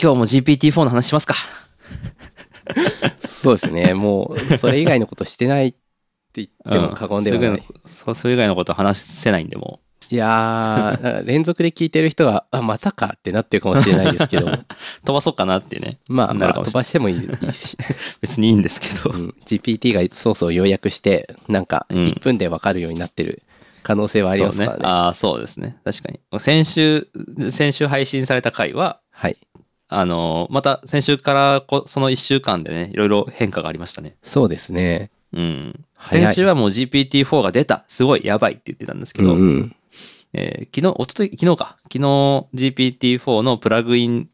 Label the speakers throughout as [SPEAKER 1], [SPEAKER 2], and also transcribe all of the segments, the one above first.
[SPEAKER 1] 今日も GPT-4 の話しますか。
[SPEAKER 2] そうですね。もう、それ以外のことしてないって言っても過言ではない。
[SPEAKER 1] うんそれ以外のそうそれ以外のこと話せないんで、も
[SPEAKER 2] いやー、連続で聞いてる人は、あ、またかってなってるかもしれないです けど、
[SPEAKER 1] う飛ばそうかなってね。
[SPEAKER 2] まあ、
[SPEAKER 1] なる
[SPEAKER 2] まあ、
[SPEAKER 1] かも
[SPEAKER 2] 飛
[SPEAKER 1] しれ
[SPEAKER 2] ばしてもいいいいし、
[SPEAKER 1] 別にいいんですけど
[SPEAKER 2] う。ん GPT がそうそう要約して、なんか、
[SPEAKER 1] うん
[SPEAKER 2] 1分でわかるようになってる可能 性はありますか
[SPEAKER 1] そ
[SPEAKER 2] ら
[SPEAKER 1] う
[SPEAKER 2] ね。
[SPEAKER 1] ね。ああ、そうですね。確かに。先週、先週配信された回は、
[SPEAKER 2] はい。
[SPEAKER 1] あのーまた先週からこその1週間でね、いろいろ変化がありましたね。
[SPEAKER 2] そうですね。
[SPEAKER 1] うん。
[SPEAKER 2] 早い
[SPEAKER 1] 先週はもう GPT-4 が出た。すごい、やばいって言ってたんですけ
[SPEAKER 2] うん
[SPEAKER 1] ど、
[SPEAKER 2] うん。
[SPEAKER 1] えー昨日、おととい、昨日か。昨日 GPT-4 のプラグイン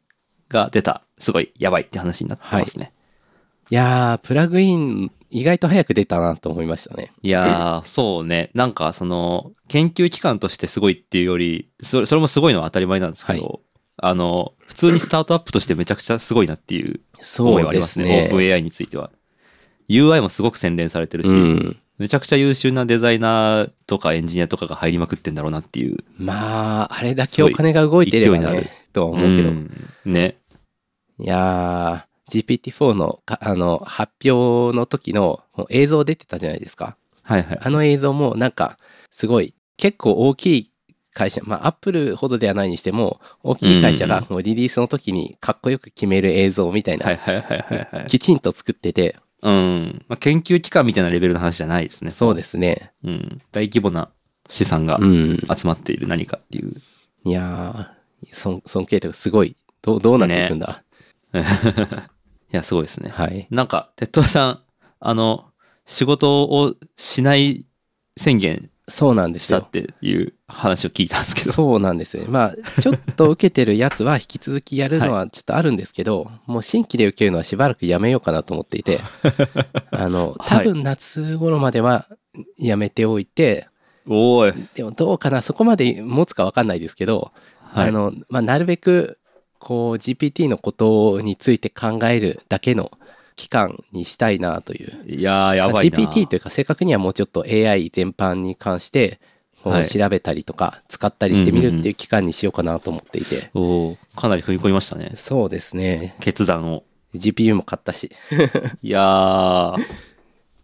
[SPEAKER 1] が出た。すごい、やばいって話になってますね。
[SPEAKER 2] いやー、プラグイン、意外と早く出たなと思いましたね。
[SPEAKER 1] いやー、そうね。なんか、その、研究機関としてすごいっていうより、それそれもすごいのは当たり前なんですけど、
[SPEAKER 2] は
[SPEAKER 1] あの、普通にスタートアップとしてめちゃくちゃすごいなっていう
[SPEAKER 2] そ
[SPEAKER 1] 思いは
[SPEAKER 2] う
[SPEAKER 1] あり
[SPEAKER 2] で
[SPEAKER 1] ます
[SPEAKER 2] す
[SPEAKER 1] ね。
[SPEAKER 2] ね。
[SPEAKER 1] オープン AI については。UI もすごく洗練されてるし、
[SPEAKER 2] うん。
[SPEAKER 1] めちゃくちゃ優秀なデザイナーとかエンジニアとかが入りまくってんだろうなっていう。
[SPEAKER 2] まあ、あれだけお金が動いてれ
[SPEAKER 1] すご
[SPEAKER 2] ば
[SPEAKER 1] い勢いにな
[SPEAKER 2] ね、とは思うけど。
[SPEAKER 1] んね。
[SPEAKER 2] いやー、GPT-4 のかあの発表の時のもう映像出てたじゃないですか。
[SPEAKER 1] はいはい。
[SPEAKER 2] あの映像もなんか、すごい、結構大きい会社、まあ、アップルほどではないにしても、大きい会社
[SPEAKER 1] うん
[SPEAKER 2] がもうリリースの時にかっこよく決める映像みたいな、
[SPEAKER 1] はいはいはいはいはい。
[SPEAKER 2] きちんと作ってて、
[SPEAKER 1] うん。まあ、研究機関みたいなレベルの話じゃないですね。
[SPEAKER 2] そうですね。
[SPEAKER 1] うん。大規模な資産が
[SPEAKER 2] うん。
[SPEAKER 1] 集まっている何かっていう。
[SPEAKER 2] いやー、尊尊敬というかすごい、どうどうなっていくんだ。
[SPEAKER 1] いや、すごいですね。
[SPEAKER 2] はい。
[SPEAKER 1] なんか、鉄道さん、あの、仕事をしない宣言
[SPEAKER 2] そうなんです
[SPEAKER 1] した
[SPEAKER 2] よ
[SPEAKER 1] っ。ていう話を聞いたんですけ ど。
[SPEAKER 2] そうなんですよね。まあ、ちょっと受けてるやつは引き続きやるのはちょっとあるんですけど、もう新規で受けるのはしばらくやめようかなと思っ ていて、あの、多分夏頃まではやめておいて、
[SPEAKER 1] おい。
[SPEAKER 2] でもどうかな、そこまで持つかわかんないですけど、
[SPEAKER 1] はい。
[SPEAKER 2] あの、まあ、なるべく、こう、GPT のことについて考えるだけの期間にしたいなという。
[SPEAKER 1] いやー、やばいな。
[SPEAKER 2] GPT というか正確にはもうちょっと AI 全般に関してこ
[SPEAKER 1] は
[SPEAKER 2] う
[SPEAKER 1] い
[SPEAKER 2] 調べたりとか使ったりしてみ
[SPEAKER 1] うんうんう
[SPEAKER 2] る
[SPEAKER 1] ん
[SPEAKER 2] っていう期間にしようかなと思っていて、
[SPEAKER 1] おーかなり踏み込みましたね。
[SPEAKER 2] そうですね
[SPEAKER 1] 決断を。
[SPEAKER 2] GPU も買ったし
[SPEAKER 1] いやー、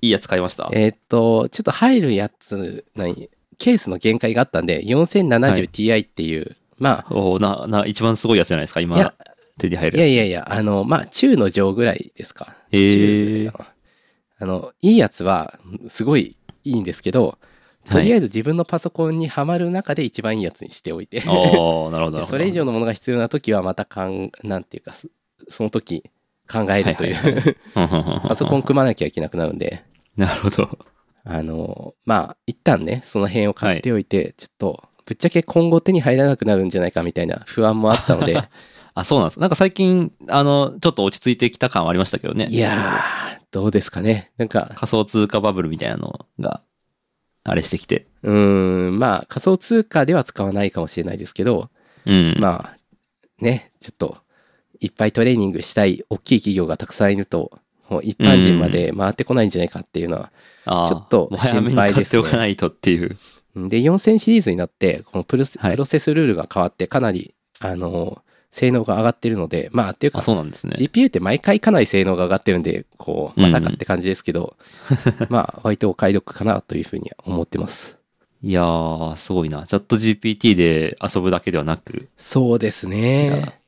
[SPEAKER 1] いいやつ買いました。
[SPEAKER 2] えーっとちょっと入るやつ何ケースの限界があったんで 4070Ti っていう、ま
[SPEAKER 1] おーな、な、一番すごいやつじゃないですか、
[SPEAKER 2] い
[SPEAKER 1] 今
[SPEAKER 2] や、
[SPEAKER 1] 手に入
[SPEAKER 2] あ
[SPEAKER 1] る
[SPEAKER 2] いや
[SPEAKER 1] やつ。
[SPEAKER 2] いやいやあのまあ中の上ぐらいですか
[SPEAKER 1] へー
[SPEAKER 2] 中だなあのいいやつはすごいいいんですけどとりあえず自分のパソコンにはまる中で一番いいやつにしておいて、
[SPEAKER 1] おーなるほど、なるほど。
[SPEAKER 2] それ以上のものが必要な時はまたかんなんていうかそその時考えるという、
[SPEAKER 1] はいはい
[SPEAKER 2] パ
[SPEAKER 1] パ
[SPEAKER 2] ソコン組まなきゃいけなくなるんで
[SPEAKER 1] なるほど。
[SPEAKER 2] あのまあ一旦ねその辺を買っておいて、ちょっとぶっちゃけ今後手に入らなくなるんじゃないかみたいな不安もあった ので
[SPEAKER 1] あ、そうなんです。なんか最近、あの、ちょっと落ち着いてきた感はありましたけどね。
[SPEAKER 2] いやーどうですかねなんか
[SPEAKER 1] 仮想通貨バブルみたいなのが、あれしてきて。
[SPEAKER 2] うーんまあ仮想通貨では使わないかもしれないですけど、
[SPEAKER 1] うん。あ、
[SPEAKER 2] まあねちょっといっぱいトレーニングしたい大きい企業がたくさんいるともう一般人まで回ってこないんじゃないかっていうのは
[SPEAKER 1] あ
[SPEAKER 2] ちょっと
[SPEAKER 1] もう早めに
[SPEAKER 2] 心
[SPEAKER 1] 買
[SPEAKER 2] 配
[SPEAKER 1] っ
[SPEAKER 2] です
[SPEAKER 1] て
[SPEAKER 2] ね
[SPEAKER 1] おかないとっていう。
[SPEAKER 2] で、4000シリーズになって、このプロセ
[SPEAKER 1] はい
[SPEAKER 2] プロセスルールが変わって、かなり、あの、性能が上がってるので、まあ、っていう
[SPEAKER 1] あ、
[SPEAKER 2] か、
[SPEAKER 1] そうなんですね。
[SPEAKER 2] GPU って毎回かなり性能が上がってるんで、こう、またかって感じです けど、まあ、割とお買い得かなというふうには思ってます。
[SPEAKER 1] いやー、すごいな。チャット GPT で遊ぶだけではなく。
[SPEAKER 2] そうです
[SPEAKER 1] だな
[SPEAKER 2] ね。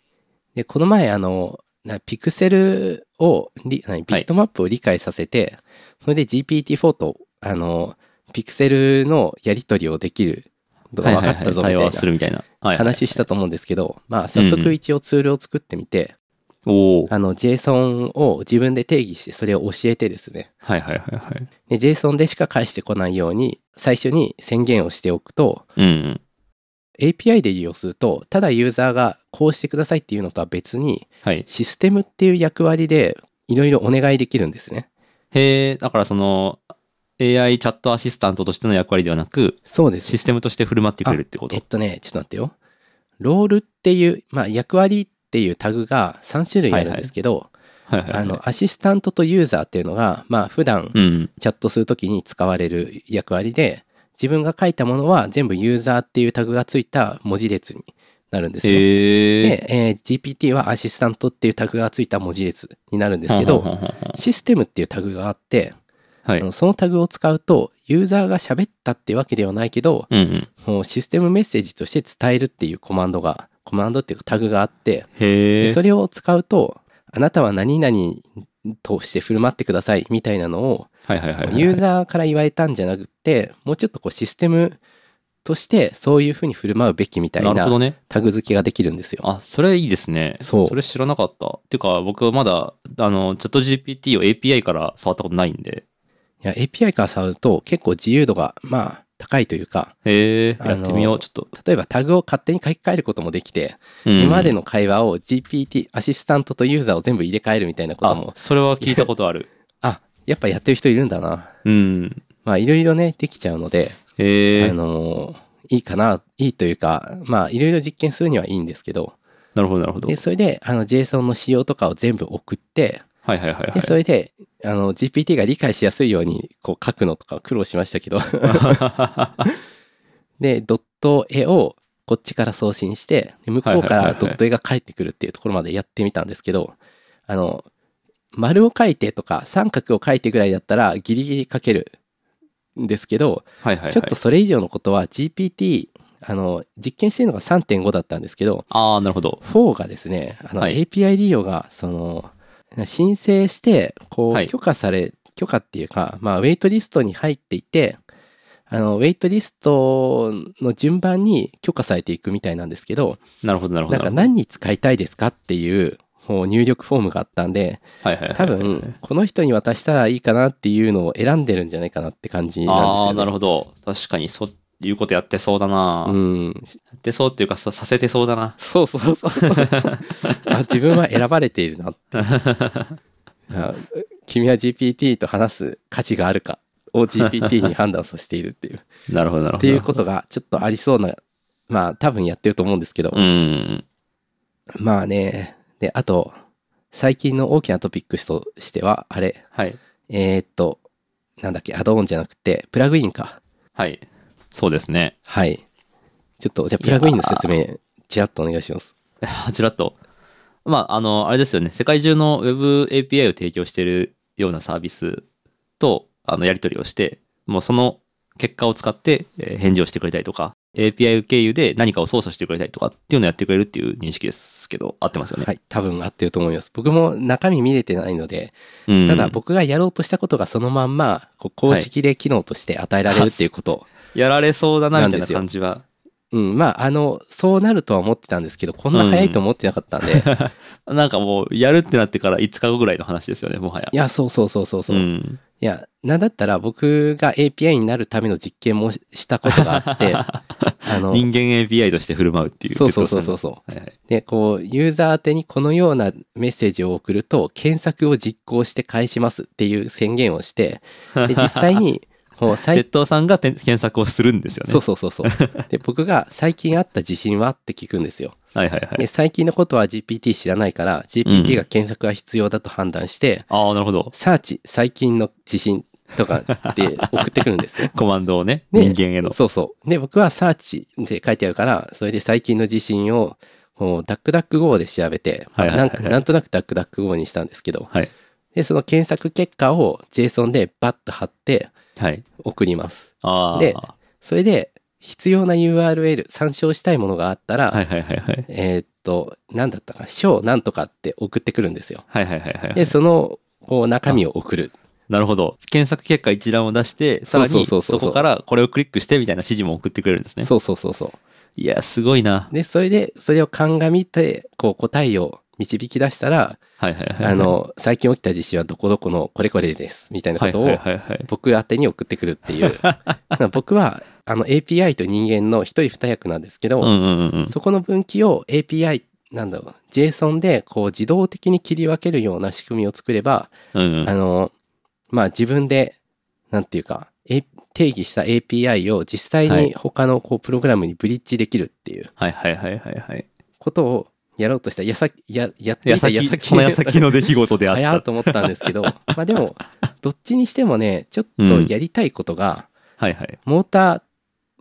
[SPEAKER 2] で、この前、あの、なピクセルをり、何ビットマップを理解させて、それで GPT-4 と、あの、ピクセルのやり取りをできる、分
[SPEAKER 1] はい
[SPEAKER 2] か
[SPEAKER 1] はいはい
[SPEAKER 2] ったぞみ
[SPEAKER 1] 対
[SPEAKER 2] たいな。
[SPEAKER 1] 話するみたいな。はいはい、
[SPEAKER 2] 話したと思うんですけど、まあ、早速一応ツールを作ってみて、
[SPEAKER 1] おお。
[SPEAKER 2] あの JSON を自分で定義して、それを教えてですね、
[SPEAKER 1] はいはいはいはい。
[SPEAKER 2] で JSON でしか返してこないように、最初に宣言をしておくと、
[SPEAKER 1] うんうん。
[SPEAKER 2] API で利用すると、ただユーザーがこうしてくださいっていうのとは別に、
[SPEAKER 1] はい。
[SPEAKER 2] システムっていう役割でいろいろお願いできるんですね。
[SPEAKER 1] へえ、だからその、AI チャットアシスタントとしての役割ではなく、
[SPEAKER 2] そうです
[SPEAKER 1] シ。ステムとして振る舞ってくれるってこと
[SPEAKER 2] えっとね、ちょっと待ってよ。ロールっていう、まあ、役割っていうタグが3種類あるんですけど、
[SPEAKER 1] はいはいはい。
[SPEAKER 2] あの、アシスタントとユーザーっていうのが、まあ、普段
[SPEAKER 1] うん。
[SPEAKER 2] チャットするときに使われる役割で、自分が書いたものは全部ユーザーっていうタグがついた文字列になるんですね。
[SPEAKER 1] へえ。
[SPEAKER 2] で、えー GPT はアシスタントっていうタグがついた文字列になるんですけ
[SPEAKER 1] はん
[SPEAKER 2] ど、
[SPEAKER 1] はんはんはん
[SPEAKER 2] システムっていうタグがあって、
[SPEAKER 1] は
[SPEAKER 2] あ
[SPEAKER 1] い。
[SPEAKER 2] のそのタグを使うと、ユーザーが喋ったってわけではないけど、
[SPEAKER 1] うんうん。
[SPEAKER 2] もうシステムメッセージとして伝えるっていうコマンドが、コマンドっていうかタグがあって、
[SPEAKER 1] へ
[SPEAKER 2] で
[SPEAKER 1] え。
[SPEAKER 2] それを使うと、あなたは何々として振る舞ってくださいみたいなのを、
[SPEAKER 1] はいはいはいはい。
[SPEAKER 2] ユーザーから言われたんじゃなくて、もうちょっとこうシステムとしてそういうふうに振る舞うべきみたい
[SPEAKER 1] なるほど
[SPEAKER 2] な
[SPEAKER 1] ね。
[SPEAKER 2] タグ付けができるんですよ。
[SPEAKER 1] あ、それいいですね。
[SPEAKER 2] そう
[SPEAKER 1] それ知らなかった。っていうか、僕はまだ、あの、チャット GPT を API から触ったことないんで。
[SPEAKER 2] いや API から触ると結構自由度がまあ高いというか、
[SPEAKER 1] へえ、
[SPEAKER 2] あの
[SPEAKER 1] やってみよう、ちょっと。
[SPEAKER 2] 例えばタグを勝手に書き換えることもできて、
[SPEAKER 1] うん
[SPEAKER 2] 今までの会話を GPT、アシスタントとユーザーを全部入れ替えるみたいなこと
[SPEAKER 1] あ
[SPEAKER 2] も、、
[SPEAKER 1] それは聞いたこと ある。
[SPEAKER 2] あ、やっぱやってる人いるんだな。
[SPEAKER 1] うん。
[SPEAKER 2] まあいろいろね、できちゃうので、
[SPEAKER 1] へ
[SPEAKER 2] あ
[SPEAKER 1] え、
[SPEAKER 2] のいいかな、いいというか、まあいろいろ実験するにはいいんですけど、
[SPEAKER 1] なるほど、なるほど。
[SPEAKER 2] で、それであの JSON の仕様とかを全部送って、
[SPEAKER 1] はいはいはいは
[SPEAKER 2] でそ
[SPEAKER 1] い。
[SPEAKER 2] れであの GPT が理解しやすいようにこう書くのとか苦労しましたけど、 で、ドット絵をこっちから送信して、で向こうか
[SPEAKER 1] はいはいはい
[SPEAKER 2] ら
[SPEAKER 1] はい
[SPEAKER 2] ドット絵が返ってくるっていうところまでやってみたんですけど、あの、丸を書いてとか三角を書いてぐらいだったらギリギリ書けるんですけど、
[SPEAKER 1] はいはいはい。
[SPEAKER 2] ちょっとそれ以上のことは GPT、あの、実験してるのが3.5だったんですけど、
[SPEAKER 1] ああ、なるほど。
[SPEAKER 2] 4がですね、あの
[SPEAKER 1] はい
[SPEAKER 2] API 利用が、その、申請して、こ
[SPEAKER 1] は
[SPEAKER 2] う、
[SPEAKER 1] い
[SPEAKER 2] 許可され、許可っていうか、まあ、ウェイトリストに入っていて、あの、ウェイトリストの順番に許可されていくみたいなんですけど、
[SPEAKER 1] なるほど、なるほ
[SPEAKER 2] な
[SPEAKER 1] ど。
[SPEAKER 2] んか
[SPEAKER 1] なる
[SPEAKER 2] 何に使いたいですかっていう、こう入力フォームがあったんで、
[SPEAKER 1] ほどはいはいはい。
[SPEAKER 2] 多分、この人に渡したらいいかなっていうのを選んでるんじゃないかなって感じ
[SPEAKER 1] あ
[SPEAKER 2] な
[SPEAKER 1] あ、
[SPEAKER 2] んです
[SPEAKER 1] な
[SPEAKER 2] よ
[SPEAKER 1] る
[SPEAKER 2] ね。
[SPEAKER 1] ほど。確かに、そういうことやってそうだな。や
[SPEAKER 2] うん。
[SPEAKER 1] ってそうっていうか、ささせてそうだな。
[SPEAKER 2] そうそうそうそうそう。あ自分は選ばれているなって。あ君は GPT と話す価値があるかを GPT に判断させているっていう。
[SPEAKER 1] なるほど、なるほど。
[SPEAKER 2] っていうことがちょっとありそうな、まあ多分やってると思うんですけど、
[SPEAKER 1] うん。
[SPEAKER 2] まあね、で、あと、最近の大きなトピックスとしては、あれ、
[SPEAKER 1] はい。
[SPEAKER 2] えーっと、なんだっけ、アドオンじゃなくて、プラグインか。
[SPEAKER 1] はい。そうですね。
[SPEAKER 2] はい。ちょっと、じゃあプラグインの説明、ちらっとお願いします。
[SPEAKER 1] あ ちらっと。まあ、あの、あれですよね。世界中の Web API を提供しているようなサービスと、あの、やり取りをして、もうその結果を使ってえー返事をしてくれたりとか、API 経由で何かを操作してくれたりとかっていうのをやってくれるっていう認識ですけど、合ってますよね。
[SPEAKER 2] はい、多分合ってると思います。僕も中身見れてないので、
[SPEAKER 1] うん
[SPEAKER 2] ただ僕がやろうとしたことがそのまんま、こう公式で機能として与えられるっていうこと。
[SPEAKER 1] やられそうだな、みたいな
[SPEAKER 2] なんですよ
[SPEAKER 1] 感じは。
[SPEAKER 2] うん、まあ、あの、そうなるとは思ってたんですけど、こんな早いと思ってなかったんで、い
[SPEAKER 1] なんかもう、やるってなってから5日後ぐらいの話ですよね、もはや。
[SPEAKER 2] や、そうそうそうそうそう。い
[SPEAKER 1] ん。
[SPEAKER 2] や、なんだったら僕が API になるための実験もしたことが あって、あの、
[SPEAKER 1] 人間 API として振る舞うっていう。
[SPEAKER 2] そうそうそうそうそ
[SPEAKER 1] 哲夫
[SPEAKER 2] う。
[SPEAKER 1] さんの。はいはい
[SPEAKER 2] で、こう、ユーザー宛てにこのようなメッセージを送ると、検索を実行して返しますっていう宣言をして、で実際に、 もう最
[SPEAKER 1] 鉄道さんがて検索をするんですよね。
[SPEAKER 2] そうそうそうそう。 で、僕が最近あった地震はって聞くんですよ。
[SPEAKER 1] はいはいは
[SPEAKER 2] で、
[SPEAKER 1] い。
[SPEAKER 2] 最近のことは GPT 知らないから、GPT が検索が必要だと判断して、
[SPEAKER 1] ああ、なるほど。
[SPEAKER 2] サーチ、最近の地震とかって送ってくるんで
[SPEAKER 1] 。
[SPEAKER 2] すよ
[SPEAKER 1] コマンドをね、
[SPEAKER 2] ね
[SPEAKER 1] 人間への。
[SPEAKER 2] そうそう。で、僕はサーチで書いてあるから、それで最近の地震を、こうダックダック GO で調べて、
[SPEAKER 1] はいはいはいは
[SPEAKER 2] なん
[SPEAKER 1] い
[SPEAKER 2] かなんとなくダックダック GO にしたんですけど、
[SPEAKER 1] はい。
[SPEAKER 2] で、その検索結果を JSON でバッと貼って
[SPEAKER 1] はい。
[SPEAKER 2] 送ります。
[SPEAKER 1] ああ。
[SPEAKER 2] で
[SPEAKER 1] は
[SPEAKER 2] それで、必要な URL、参照したいものがあったら、
[SPEAKER 1] いはいはいはい。
[SPEAKER 2] えーっと、なんだったか、章なんとかって送ってくるんですよ。
[SPEAKER 1] はいはいはいはい。
[SPEAKER 2] で、その、こう、中身を送る。
[SPEAKER 1] なるほど。検索結果一覧を出して、さら
[SPEAKER 2] そう
[SPEAKER 1] に
[SPEAKER 2] そう
[SPEAKER 1] そ
[SPEAKER 2] そうそう
[SPEAKER 1] こからこれをクリックしてみたいな指示も送ってくれるんですね。
[SPEAKER 2] そうそうそうそ
[SPEAKER 1] いや、すごいな
[SPEAKER 2] う。。で、それで、それを鑑みて、こう、答えを導き出したら、
[SPEAKER 1] はいはいはい。
[SPEAKER 2] あ、の、最近起きた地震はどこどこのこれこれです、みたいな
[SPEAKER 1] は
[SPEAKER 2] こ
[SPEAKER 1] い
[SPEAKER 2] と
[SPEAKER 1] はい
[SPEAKER 2] を、
[SPEAKER 1] はいはい。
[SPEAKER 2] 僕宛てに送ってくるって いう。僕は、あの、API と人間の一人二役なんですけど、
[SPEAKER 1] うんうんうんうん。
[SPEAKER 2] そこの分岐を API、なんだろう、JSON で、こう、自動的に切り分けるような仕組みを作れば、
[SPEAKER 1] うんう
[SPEAKER 2] あ
[SPEAKER 1] ん。
[SPEAKER 2] の、まあ自分で、なんていうか、A- 定義した API を実際
[SPEAKER 1] は
[SPEAKER 2] に
[SPEAKER 1] い
[SPEAKER 2] 他のこうプログラムにブリッジできるっていう
[SPEAKER 1] はいはいはいはいはい。
[SPEAKER 2] ことをやろうとしたやさややって
[SPEAKER 1] 矢
[SPEAKER 2] いた矢
[SPEAKER 1] 先、
[SPEAKER 2] 先
[SPEAKER 1] その矢先の出来事であ
[SPEAKER 2] 早
[SPEAKER 1] っ
[SPEAKER 2] いと思ったんですけ ど、まあでも、どっちにしてもね、ちょっとやりたいことが、
[SPEAKER 1] た。はいはい。
[SPEAKER 2] モーター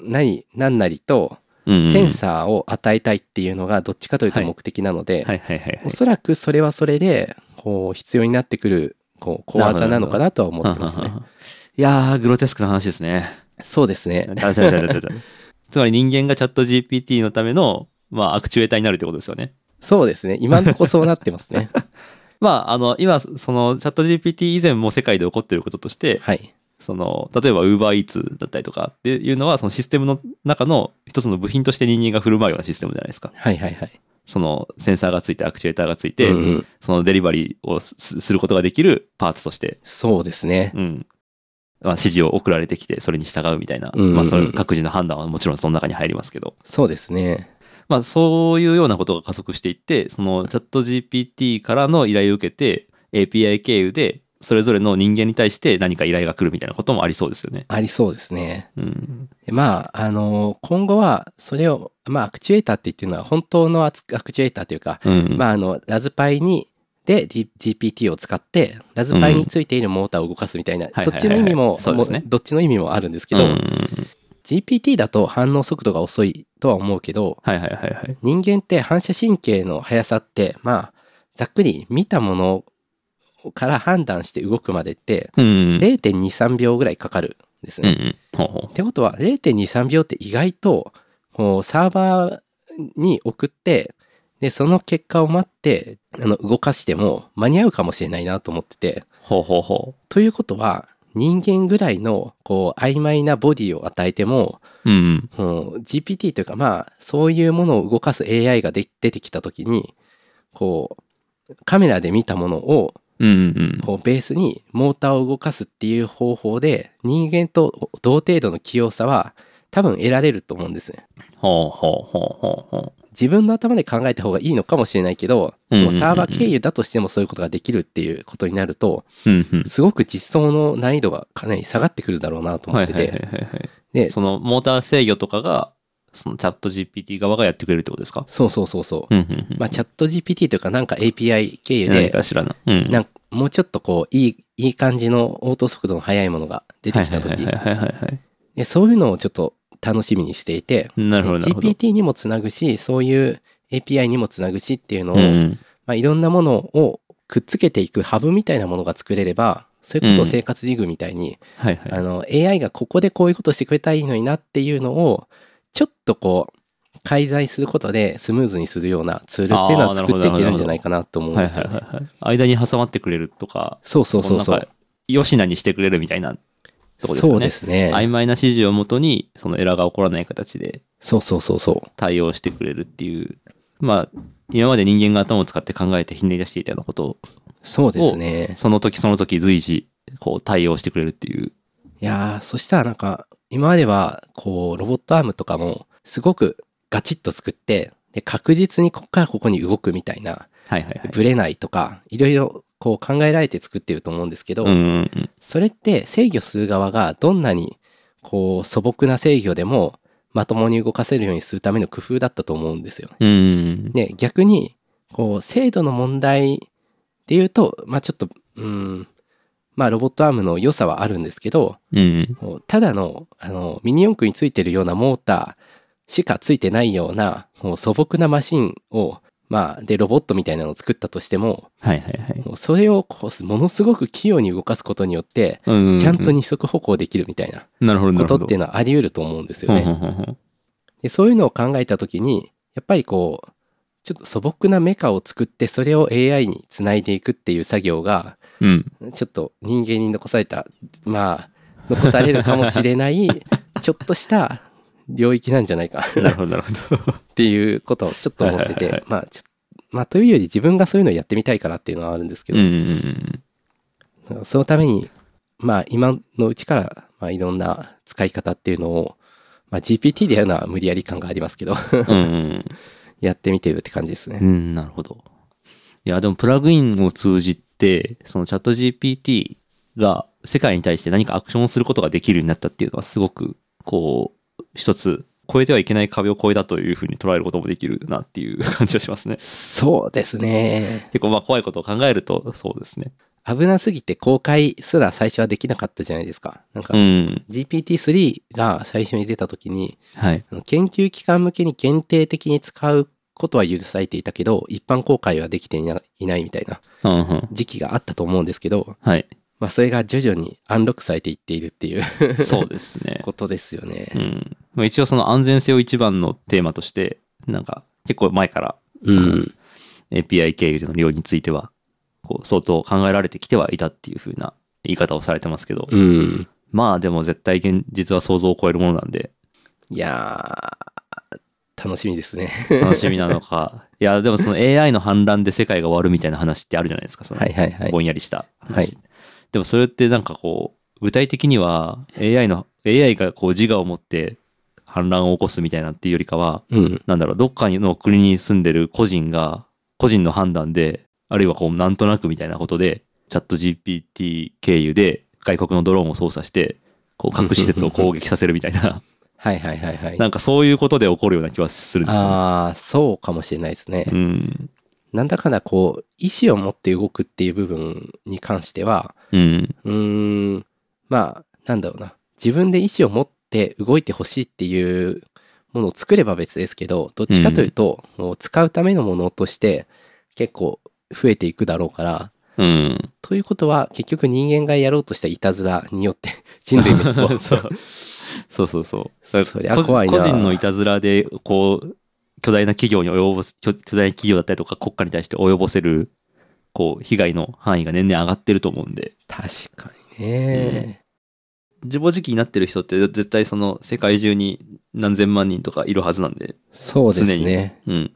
[SPEAKER 2] なり、なんなりと、
[SPEAKER 1] ううんうん
[SPEAKER 2] センサーを与えたいっていうのがどっちかというと
[SPEAKER 1] はい
[SPEAKER 2] 目的なので、
[SPEAKER 1] はいはいはいはい
[SPEAKER 2] おそらくそれはそれでこう必要になってくるこう小技なのかなとは思ってます
[SPEAKER 1] はん
[SPEAKER 2] ね
[SPEAKER 1] はん。はんいやーグロテスクな話ですね
[SPEAKER 2] そうですね。
[SPEAKER 1] あそうだそうだそうだつまり人間がチャット GPT のための、まあ、アクチュエーターになるってことですよね。
[SPEAKER 2] そうですね。今のとこそうなってま すね。
[SPEAKER 1] まあ、あの、今、その、チャット GPT 以前も世界で起こってることとして、
[SPEAKER 2] はい。
[SPEAKER 1] その、例えば UberEats だったりとかっていうのは、そのシステムの中の一つの部品として人間が振る舞うようなシステムじゃないですか。
[SPEAKER 2] はいはいはい。
[SPEAKER 1] その、センサーがついて、アクチュエーターがついて、
[SPEAKER 2] うんうん
[SPEAKER 1] そのデリバリーをすすることができるパーツとして、
[SPEAKER 2] そうですね。
[SPEAKER 1] うん。まあ、指示を送られてきて、それに従うみたいな、
[SPEAKER 2] うんうんうん
[SPEAKER 1] まあ、それ各自の判断はもちろんその中に入りますけど、
[SPEAKER 2] そうですね。
[SPEAKER 1] まあ、そういうようなことが加速していって、そのチャット GPT からの依頼を受けて、API 経由で、それぞれの人間に対して何か依頼が来るみたいなこともありそうですよね。
[SPEAKER 2] ありそうですね。
[SPEAKER 1] うん。
[SPEAKER 2] でまあ、あの、今後は、それを、まあ、アクチュエーターって言ってるのは、本当のアツアクチュエーターというか、
[SPEAKER 1] うん。
[SPEAKER 2] まあ、あの、ラズパイに、で、D- GPT を使って、ラズパイについているモーターを動かすみたいな、
[SPEAKER 1] はい
[SPEAKER 2] そっちの意
[SPEAKER 1] はいは
[SPEAKER 2] 味も、
[SPEAKER 1] いはいそうですね
[SPEAKER 2] もうどっちの意味もあるんですけ
[SPEAKER 1] う
[SPEAKER 2] ど、
[SPEAKER 1] ん
[SPEAKER 2] GPT だと反応速度が遅いとは思うけど、
[SPEAKER 1] はいはいはいはい。
[SPEAKER 2] 人間って反射神経の速さって、まあ、ざっくり見たものから判断して動くまでって、
[SPEAKER 1] うん。
[SPEAKER 2] 0.23秒ぐらいかかるんです
[SPEAKER 1] うんう
[SPEAKER 2] ね。
[SPEAKER 1] ん。ほうほ
[SPEAKER 2] ってことは0.23秒って意外とこうサーバーに送ってでその結果を待ってあの動かしても間に合うかもしれないなと思ってて
[SPEAKER 1] う。ほうほうほ
[SPEAKER 2] ということは人間ぐらいのこう曖昧なボディを与えても
[SPEAKER 1] う。うん。
[SPEAKER 2] こう GPT というかまあそういうものを動かす AI がで出てきた時にこうカメラで見たものを
[SPEAKER 1] うんうん
[SPEAKER 2] こうベースにモーターを動かすっていう方法で人間と同程度の器用さは多分得られると思うんですね。
[SPEAKER 1] ほうほうほうほうほ
[SPEAKER 2] 自分の頭で考えた方がいいのかもしれないけど、
[SPEAKER 1] うんうんうん
[SPEAKER 2] もうサーバー経由だとしてもそういうことができるっていうことになると、
[SPEAKER 1] う。うんうん。
[SPEAKER 2] すごく実装の難易度がかなり下がってくるだろうなと思
[SPEAKER 1] は
[SPEAKER 2] っ
[SPEAKER 1] い
[SPEAKER 2] て
[SPEAKER 1] はいはい
[SPEAKER 2] て、
[SPEAKER 1] はいはい。
[SPEAKER 2] で、
[SPEAKER 1] そのモーター制御とかが、そのチャット GPT 側がやってくれるってことですか
[SPEAKER 2] そうそうそうそう
[SPEAKER 1] う。んうんうん。
[SPEAKER 2] まあチャット GPT というかなんか API 経由
[SPEAKER 1] 何
[SPEAKER 2] で、
[SPEAKER 1] か知らな。うん。
[SPEAKER 2] なんかもうちょっとこう、いい、いい感じの応答速度の速いものが出てきた
[SPEAKER 1] はいはい
[SPEAKER 2] 時
[SPEAKER 1] はいはいはいはい。
[SPEAKER 2] でそういうのをちょっと楽しみにしていて、
[SPEAKER 1] なるほど、なるほど。
[SPEAKER 2] GPT にもつなぐしそういう API にもつなぐしっていうのを、
[SPEAKER 1] うん
[SPEAKER 2] まあ、いろんなものをくっつけていくハブみたいなものが作れればそれこそ生活事具みたいに、
[SPEAKER 1] はいはい。
[SPEAKER 2] あの AI がここでこういうことしてくれたらいいのになっていうのをちょっとこう介在することでスムーズにするようなツールっていうの
[SPEAKER 1] あー
[SPEAKER 2] は
[SPEAKER 1] なるほ
[SPEAKER 2] 作
[SPEAKER 1] ど
[SPEAKER 2] っていけるんじゃないかなと思うん
[SPEAKER 1] はい
[SPEAKER 2] です
[SPEAKER 1] はい
[SPEAKER 2] よ
[SPEAKER 1] はい
[SPEAKER 2] ね。
[SPEAKER 1] はい。間に挟まってくれるとか、
[SPEAKER 2] そうそうそうそ
[SPEAKER 1] のなん
[SPEAKER 2] う
[SPEAKER 1] か。よしなにしてくれるみたいなとこです
[SPEAKER 2] そ
[SPEAKER 1] よ
[SPEAKER 2] うで
[SPEAKER 1] ね。
[SPEAKER 2] すね。
[SPEAKER 1] 曖昧な指示をもとに、そのエラーが起こらない形で
[SPEAKER 2] そうそうそうそう。
[SPEAKER 1] 対応してくれるっていう、まあ、今まで人間が頭を使って考えてひねり出していたようなこと
[SPEAKER 2] そうですね
[SPEAKER 1] を、。その時その時随時、こう対応してくれるっていう。
[SPEAKER 2] いやーそしたらなんか今まではこうロボットアームとかもすごくガチッと作ってで確実にここからここに動くみたいな
[SPEAKER 1] はいはいはい。
[SPEAKER 2] ブレないとかいろいろこう考えられて作ってると思うんですけど、
[SPEAKER 1] うんうんうん。
[SPEAKER 2] それって制御する側がどんなにこう素朴な制御でもまともに動かせるようにするための工夫だったと思うんですよね。
[SPEAKER 1] うんうん
[SPEAKER 2] で逆にこう制度の問題で言うとまあちょっとうんまあロボットアームの良さはあるんですけど
[SPEAKER 1] うん。うん
[SPEAKER 2] もうただのあのミニ四駆についてるようなモーターしかついてないようなもう素朴なマシンを、まあ、でロボットみたいなのを作ったとしても
[SPEAKER 1] はいはいはい。
[SPEAKER 2] もうそれをこうものすごく器用に動かすことによって
[SPEAKER 1] うんうんうん
[SPEAKER 2] ちゃんと二足歩行できるみたいな
[SPEAKER 1] なるほどな
[SPEAKER 2] こ
[SPEAKER 1] る
[SPEAKER 2] と
[SPEAKER 1] ほ
[SPEAKER 2] っ
[SPEAKER 1] ど
[SPEAKER 2] ていうのはあり得ると思うんですよ
[SPEAKER 1] うんう
[SPEAKER 2] ね。
[SPEAKER 1] んうんうん
[SPEAKER 2] でそういうのを考えた時にやっぱりこうちょっと素朴なメカを作ってそれを AI につないでいくっていう作業が
[SPEAKER 1] うん。
[SPEAKER 2] ちょっと人間に残されたまあ残されるかもしれない ちょっとした領域なんじゃないか
[SPEAKER 1] なるほどなるほど。
[SPEAKER 2] っていうことをちょっと思って
[SPEAKER 1] はいはいはい
[SPEAKER 2] てまあちょまあというより自分がそういうのをやってみたいからっていうのはあるんですけ
[SPEAKER 1] うん
[SPEAKER 2] ど、
[SPEAKER 1] うんうん。
[SPEAKER 2] そのためにまあ今のうちから、まあ、いろんな使い方っていうのを、まあ、GPT でやるのは無理やり感がありますけど
[SPEAKER 1] うん うん
[SPEAKER 2] やってみてるって感じですね。
[SPEAKER 1] うん、 なるほど。いや、でもプラグインを通じて、そのチャット GPT が世界に対して何かアクションをすることができるようになったっていうのはすごく、こう、一つ、越えてはいけない壁を越えたというふうに捉えることもできるな っていう感じがしますね。
[SPEAKER 2] そうですね。
[SPEAKER 1] 結構まあ怖いことを考えるとそうですね。
[SPEAKER 2] 危なすぎて公開すら最初はできなかったじゃないですか。なんか
[SPEAKER 1] う、ん。
[SPEAKER 2] GPT-3 が最初に出た時に、
[SPEAKER 1] はい。
[SPEAKER 2] あの研究機関向けに限定的に使うことは許されていたけど、一般公開はできていないないみたいな
[SPEAKER 1] うんうん。
[SPEAKER 2] 時期があったと思うんですけど、
[SPEAKER 1] はい。
[SPEAKER 2] まあそれが徐々にアンロックされていっているっていう
[SPEAKER 1] そうです ね。
[SPEAKER 2] ことですよね
[SPEAKER 1] う。ん。まあ一応その安全性を一番のテーマとして、なんか結構前から
[SPEAKER 2] うん。
[SPEAKER 1] API 経由での利用については、こう相当考えられてきてはいたっていう風な言い方をされてますけど、
[SPEAKER 2] うん。
[SPEAKER 1] まあでも絶対現実は想像を超えるものなんで、
[SPEAKER 2] いやー、楽しみですね。
[SPEAKER 1] 楽しみなのか。 いや、でもその AI の反乱で世界が終わるみたいな話ってあるじゃないですか、その
[SPEAKER 2] はいはいはい
[SPEAKER 1] ぼ。んやりした話。
[SPEAKER 2] は
[SPEAKER 1] でもそれってなんかこう、具体的には AI の、AI がこう自我を持って反乱を起こすみたいなっていうよりかは、
[SPEAKER 2] うん。
[SPEAKER 1] なんだろう、どっかの国に住んでる個人が、個人の判断で、あるいはこう、なんとなくみたいなことで、チャット GPT 経由で外国のドローンを操作して、こう、各施設を攻撃させるみたいな、
[SPEAKER 2] はいはいはいはい。
[SPEAKER 1] なんかそういうことで起こるような気はするんですよね。
[SPEAKER 2] ああ、そうかもしれないですね。
[SPEAKER 1] うん。
[SPEAKER 2] なんだかんだこう、意思を持って動くっていう部分に関しては、
[SPEAKER 1] うん。
[SPEAKER 2] うーん、まあ、なんだろうな。自分で意思を持って動いてほしいっていうものを作れば別ですけど、どっちかというと、もう使うためのものとして結構増えていくだろうから、
[SPEAKER 1] うん。
[SPEAKER 2] ということは結局人間がやろうとしたいたずらによって 人類 滅亡。
[SPEAKER 1] そうそうそうそう。だ
[SPEAKER 2] そ
[SPEAKER 1] か
[SPEAKER 2] り
[SPEAKER 1] ら
[SPEAKER 2] ゃ
[SPEAKER 1] 個人
[SPEAKER 2] 怖いな
[SPEAKER 1] 個人のいたずらで、こう、巨大な企業に及ぼす、巨巨大な企業だったりとか国家に対して及ぼせる、こう、被害の範囲が年々上がってると思うんで、
[SPEAKER 2] 確かにね。
[SPEAKER 1] 自暴自棄になってる人って絶対その世界中に何千万人とかいるはずなんで、
[SPEAKER 2] そうですね。
[SPEAKER 1] うん。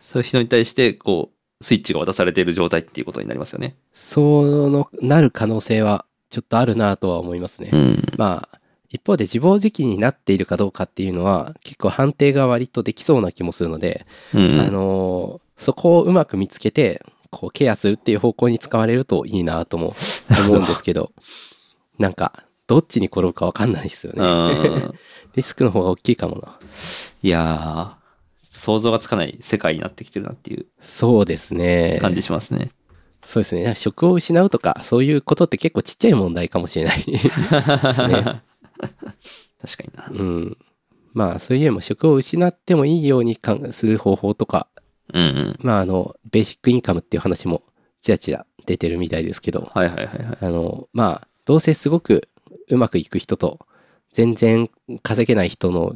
[SPEAKER 1] そういう人に対して、こう、スイッチが渡されている状態っていうことになりますよね。
[SPEAKER 2] そうのなる可能性はちょっとあるなとは思いますね。
[SPEAKER 1] ん。
[SPEAKER 2] まあ、一方で自暴自棄になっているかどうかっていうのは結構判定が割とできそうな気もするので、
[SPEAKER 1] う
[SPEAKER 2] あ
[SPEAKER 1] ん。
[SPEAKER 2] のーそこをうまく見つけて、こうケアするっていう方向に使われるといいなとも思うんです けど、なんか、どっちに転ぶかわかんないですよね。
[SPEAKER 1] うん
[SPEAKER 2] リスクの方が大きいかもな。
[SPEAKER 1] いやー、想像がつかない世界になってきてるなっていう
[SPEAKER 2] そうですね。
[SPEAKER 1] 感じしますね。
[SPEAKER 2] そうですね。職を失うとか、そういうことって結構ちっちゃい問題かもしれない。 すね
[SPEAKER 1] 確かにな。
[SPEAKER 2] うん。まあ、そういうよりも職を失ってもいいようにかんする方法とか、
[SPEAKER 1] うんうん。
[SPEAKER 2] まあ、あの、ベーシックインカムっていう話もちらちら出てるみたいですけど、
[SPEAKER 1] はいはいはいはい。
[SPEAKER 2] あの、まあ、どうせすごくうまくいく人と、全然稼げない人の、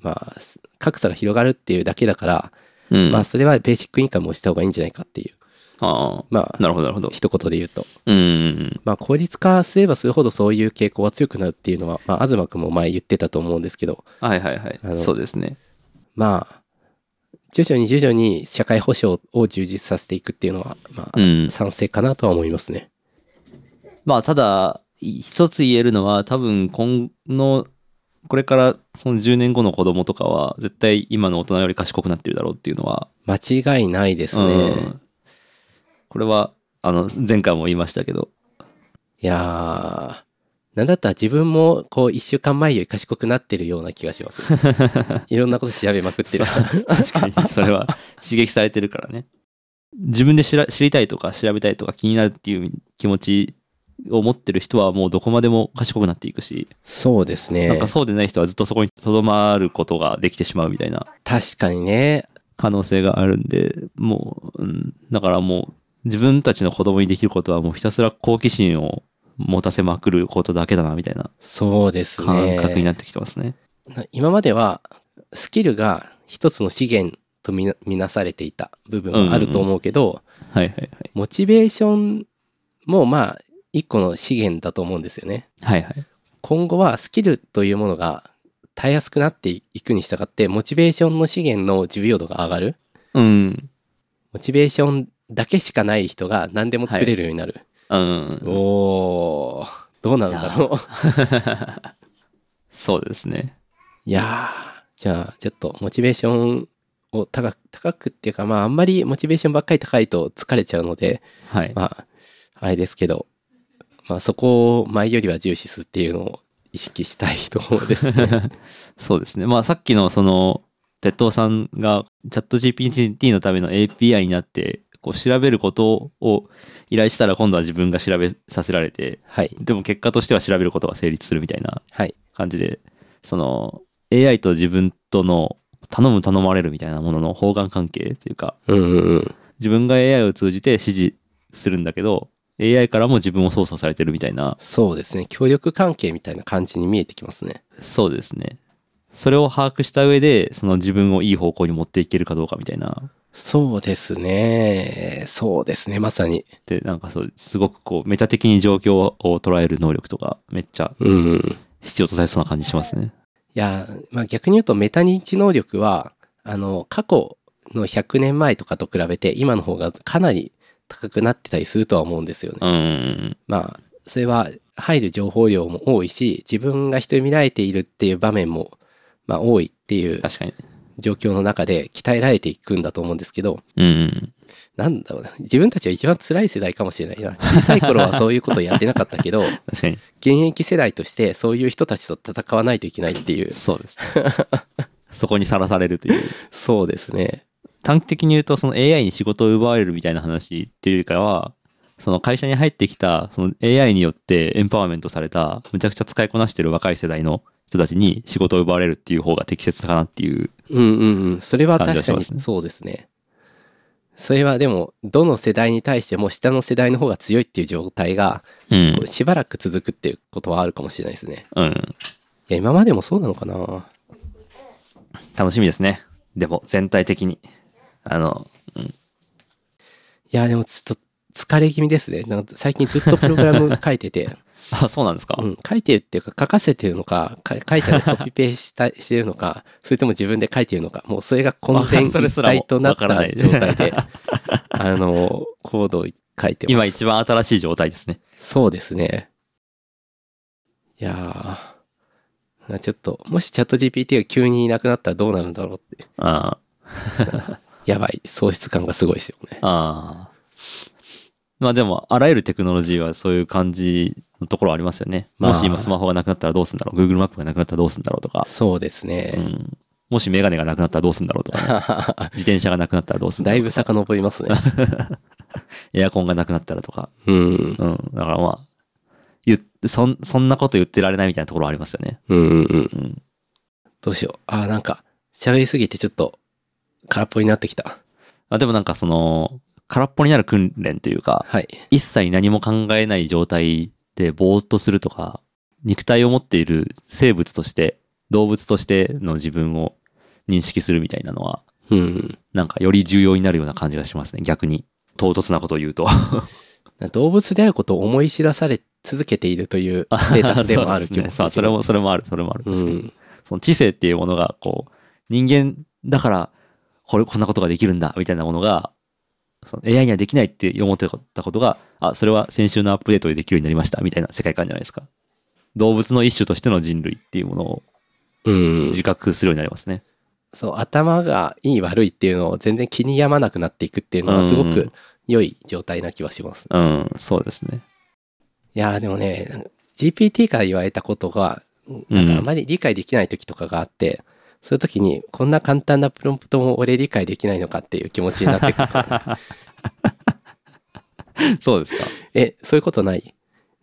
[SPEAKER 2] まあ、す格差が広がるっていうだけだから、
[SPEAKER 1] うん。
[SPEAKER 2] まあ、それはベーシックインカムをした方がいいんじゃないかっていう、
[SPEAKER 1] あ
[SPEAKER 2] ま
[SPEAKER 1] あ、
[SPEAKER 2] あ、
[SPEAKER 1] なるほどなるほど。
[SPEAKER 2] 一言で言うと。
[SPEAKER 1] うんうん
[SPEAKER 2] まあ、効率化すればするほどそういう傾向は強くなるっていうのは、まあ、東君も前言ってたと思うんですけど、
[SPEAKER 1] うん。はいはいは
[SPEAKER 2] あの
[SPEAKER 1] い。そうですね。
[SPEAKER 2] まあ、徐々に徐々に社会保障を充実させていくっていうのは、まあ
[SPEAKER 1] う、ん。
[SPEAKER 2] 賛成かなとは思いますね。
[SPEAKER 1] まあ、ただ、い一つ言えるのは、多分、今の、これからその10年後の子供とかは、絶対今の大人より賢くなってるだろうっていうのは、
[SPEAKER 2] 間違いないですね。
[SPEAKER 1] うんこれは、あの、前回も言いましたけど、
[SPEAKER 2] いやー、なんだったら自分もこう一週間前より賢くなってるような気が します。いろんなこと調べまくってる。
[SPEAKER 1] 確かに、それは刺激されてるからね。自分で知ら知りたいとか調べたいとか気になるっていう気持ちを持ってる人はもうどこまでも賢くなっていくし、
[SPEAKER 2] そうです
[SPEAKER 1] なん
[SPEAKER 2] ね
[SPEAKER 1] か。そうでない人はずっとそこにとどまることができてしまうみたいな
[SPEAKER 2] 確かにね。
[SPEAKER 1] 可能性があるんで、もう、うん、だからもう自分たちの子供にできることはもうひたすら好奇心を持たせまくることだけだなみたいな
[SPEAKER 2] そうです
[SPEAKER 1] 感覚に
[SPEAKER 2] ね。
[SPEAKER 1] なってきてますね。
[SPEAKER 2] な今まではスキルが一つの資源とみな見なされていた部分はあると思うけど、
[SPEAKER 1] はいはいはい。
[SPEAKER 2] モチベーションもまあ一個の資源だと思うんですよね。
[SPEAKER 1] はいはい。
[SPEAKER 2] 今後はスキルというものがたやすくなっていくに従ってモチベーションの資源の重要度が上がる
[SPEAKER 1] うん。
[SPEAKER 2] モチベーションだけしかない人が何でも作れるようになる、
[SPEAKER 1] うん。
[SPEAKER 2] おーどうなるんだろう
[SPEAKER 1] そうですね。
[SPEAKER 2] いやーじゃあちょっとモチベーションを高く高くっていうかまああんまりモチベーションばっかり高いと疲れちゃうので
[SPEAKER 1] はい。
[SPEAKER 2] まああれですけどまあそこを前よりは重視するっていうのを意識したいところです ね
[SPEAKER 1] そうですね。まあさっきのその、鉄道さんがチャット GPT のための API になってこう調べることを依頼したら今度は自分が調べさせられて、
[SPEAKER 2] はい。
[SPEAKER 1] でも結果としては調べることが成立するみたいな
[SPEAKER 2] はい。
[SPEAKER 1] 感じで、その AI と自分との頼む頼まれるみたいなものの方眼関係というか、
[SPEAKER 2] うんうんうん。
[SPEAKER 1] 自分が AI を通じて指示するんだけど、AI からも自分を操作されてるみたいな、
[SPEAKER 2] そうですね。協力関係みたいな感じに見えてきますね。
[SPEAKER 1] そうですね。それを把握した上で、その自分をいい方向に持っていけるかどうかみたいな。
[SPEAKER 2] そうですね。そうですね。まさに。
[SPEAKER 1] で、なんかそう、すごくこう、メタ的に状況を捉える能力とか、めっちゃ
[SPEAKER 2] うんうん。
[SPEAKER 1] 必要とされそうな感じしますね。
[SPEAKER 2] いや、まあ、逆に言うとメタ認知能力は、あの、過去の100年前とかと比べて、今の方がかなり高くなってたりするとは思うんですよね。
[SPEAKER 1] うん。
[SPEAKER 2] まあ、それは入る情報量も多いし、自分が人に見られているっていう場面も、まあ、多いっていう
[SPEAKER 1] 確かに。
[SPEAKER 2] 状況の中で鍛えられていくんだと思うんですけど、
[SPEAKER 1] うん。
[SPEAKER 2] なんだろうな。自分たちは一番辛い世代かもしれないな。小さい頃はそういうことやってなかっ たけど、
[SPEAKER 1] 確かに。
[SPEAKER 2] 現役世代としてそういう人たちと戦わないといけないっていう。
[SPEAKER 1] そう です、ね。そこにさらされるという。
[SPEAKER 2] そうですね。
[SPEAKER 1] 短期的に言うと、その AI に仕事を奪われるみたいな話っていうよりかは、その会社に入ってきた、その AI によってエンパワーメントされた、むちゃくちゃ使いこなしてる若い世代の人たちに仕事を奪われるっていう方が適切かなっていう。
[SPEAKER 2] うんうんうん。それは確か
[SPEAKER 1] 感じが
[SPEAKER 2] に
[SPEAKER 1] しますね
[SPEAKER 2] そうですね。それはでも、どの世代に対しても下の世代の方が強いっていう状態が、
[SPEAKER 1] うん
[SPEAKER 2] こうしばらく続くっていうことはあるかもしれないですね。
[SPEAKER 1] うん。
[SPEAKER 2] いや、今までもそうなのかな
[SPEAKER 1] 楽しみですね。でも、全体的に。あの、 うん
[SPEAKER 2] いや、でもちょっと疲れ気味ですね。なんか最近ずっとプログラム書いてて、
[SPEAKER 1] あ、そうなんですか。
[SPEAKER 2] うん、書いてるっていうか、書かせてるのか、か書 いたらコピペしたしてるのか、それとも自分で書いてるのか、もうそれが混然
[SPEAKER 1] それす
[SPEAKER 2] 一
[SPEAKER 1] らも
[SPEAKER 2] 体となっ
[SPEAKER 1] わから
[SPEAKER 2] た
[SPEAKER 1] ない
[SPEAKER 2] 状態で、 あの、コードを書いてます。
[SPEAKER 1] 今一番新しい状態ですね。
[SPEAKER 2] そうですね。いやー、なちょっと、もしチャット GPT が急にいなくなったらどうなるんだろうって、
[SPEAKER 1] あ
[SPEAKER 2] やばい、喪失感がすごいですよね
[SPEAKER 1] あ。。ああ。まあでも、あらゆるテクノロジーはそういう感じのところありますよね。
[SPEAKER 2] まあ
[SPEAKER 1] もし今スマホがなくなったらどうすんだろう。Google マップがなくなったらどうすんだろうとか。
[SPEAKER 2] そうです
[SPEAKER 1] う
[SPEAKER 2] ね。
[SPEAKER 1] ん。もしメガネがなくなったらどうすんだろうとか、 ね、自転車がなくなったらどうすんだ
[SPEAKER 2] だ
[SPEAKER 1] ろ
[SPEAKER 2] いうぶ遡 りますね。
[SPEAKER 1] エアコンがなくなったらとか。
[SPEAKER 2] うん。
[SPEAKER 1] うん。だからまあ、言っそん、そんなこと言ってられないみたいなところありますよね。
[SPEAKER 2] うんうんうん。
[SPEAKER 1] うん。
[SPEAKER 2] どうしよう。あー、なんか、喋りすぎてちょっと、空っぽになってきた。
[SPEAKER 1] まあでもなんかその、空っぽになる訓練というか、
[SPEAKER 2] はい。
[SPEAKER 1] 一切何も考えない状態でぼーっとするとか、肉体を持っている生物として、動物としての自分を認識するみたいなのは、
[SPEAKER 2] うん。
[SPEAKER 1] なんかより重要になるような感じがしますね。逆に。唐突なことを言うと。
[SPEAKER 2] 動物であることを思い知らされ続けているというステータスでもある気
[SPEAKER 1] そうですね
[SPEAKER 2] もす
[SPEAKER 1] さ
[SPEAKER 2] る
[SPEAKER 1] あ、それも、それもある、それもある。
[SPEAKER 2] う
[SPEAKER 1] 確かに。
[SPEAKER 2] ん。
[SPEAKER 1] その知性っていうものが、こう、人間だから、これ、こんなことができるんだ、みたいなものが、その AI にはできないって思ってたことが、あ、それは先週のアップデートでできるようになりました、みたいな世界観じゃないですか。動物の一種としての人類っていうものを
[SPEAKER 2] うん。
[SPEAKER 1] 自覚するようになりますね。
[SPEAKER 2] そう、頭がいい悪いっていうのを全然気に病まなくなっていくっていうのはすご
[SPEAKER 1] うん
[SPEAKER 2] く良い状態な気はします。
[SPEAKER 1] うん、そうですね。
[SPEAKER 2] いやーでもね、GPT から言われたことが、なんかあまり理解できない時とかがあって、そういう時にこんな簡単なプロンプトも俺理解できないのかっていう気持ちになってくるから
[SPEAKER 1] そうですか。
[SPEAKER 2] え、そういうことない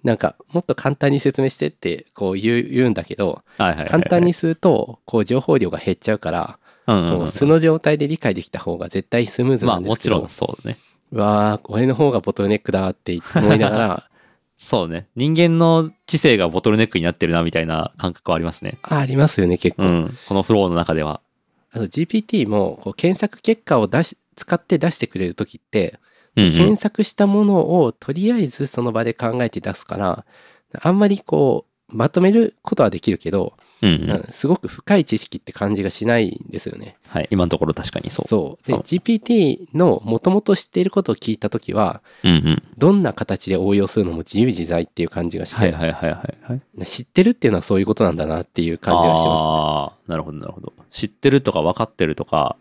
[SPEAKER 2] なんかもっと簡単に説明してってこう言う言うんだけど、
[SPEAKER 1] はいはいはいはい
[SPEAKER 2] 簡単に、するとこう情報量が減っちゃうから、
[SPEAKER 1] うんうん
[SPEAKER 2] こ
[SPEAKER 1] う
[SPEAKER 2] うん素の状態で理解できた方が絶対スムーズ
[SPEAKER 1] ま
[SPEAKER 2] な
[SPEAKER 1] あ
[SPEAKER 2] んで
[SPEAKER 1] も
[SPEAKER 2] すけ
[SPEAKER 1] ち
[SPEAKER 2] ど、
[SPEAKER 1] ろんそうね。
[SPEAKER 2] うわー、俺の方がボトルネックだって思いな がら、
[SPEAKER 1] そうね。人間の知性がボトルネックになってるな、みたいな感覚はありますね。
[SPEAKER 2] あありますよね、結構。
[SPEAKER 1] うん。このフローの中では。
[SPEAKER 2] あと GPT もこう検索結果を出し、使って出してくれるときって、
[SPEAKER 1] うん、うん
[SPEAKER 2] 検。索したものをとりあえずその場で考えて出すから、あんまりこう、まとめることはできるけど、
[SPEAKER 1] うんう。
[SPEAKER 2] うんんすごく深い知識って感じがしないんですよね。
[SPEAKER 1] はい。今のところ確かにそう。
[SPEAKER 2] そう。で、
[SPEAKER 1] うん
[SPEAKER 2] GPT のもともと知っていることを聞いたときは、
[SPEAKER 1] うんうん。
[SPEAKER 2] どんな形で応用するのも自由自在っていう感じがして、
[SPEAKER 1] はいはいはいはいはい。
[SPEAKER 2] 知ってるっていうのはそういうことなんだなっていう感じがします。
[SPEAKER 1] ああ、なるほどなるほど。知ってるとか分かってるとか、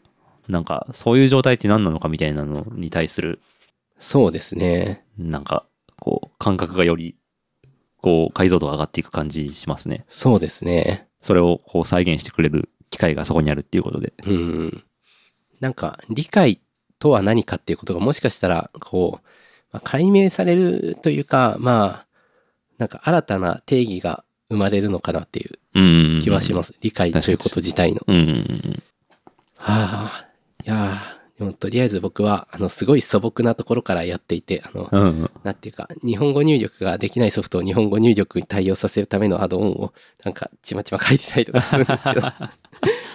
[SPEAKER 1] なんかそういう状態って何なのかみたいなのに対する、
[SPEAKER 2] そうですね。
[SPEAKER 1] なんかこう、感覚がより、こう、解像度が上がっていく感じしますね。
[SPEAKER 2] そうですね。
[SPEAKER 1] それをこう再現してくれる機会がそこにあるっていうことで。
[SPEAKER 2] うん。なんか、理解とは何かっていうことがもしかしたら、こう、まあ、解明されるというか、まあ、なんか新たな定義が生まれるのかなっていう
[SPEAKER 1] うん。。
[SPEAKER 2] 気はしますす。理解ということ自体の。
[SPEAKER 1] うん。
[SPEAKER 2] はあ、いやーでもとりあえず僕は、あの、すごい素朴なところからやっていて、あの、
[SPEAKER 1] うん。
[SPEAKER 2] なんていうか、日本語入力ができないソフトを日本語入力に対応させるためのアドオンを、なんか、ちまちま書いてたりとかするんですけ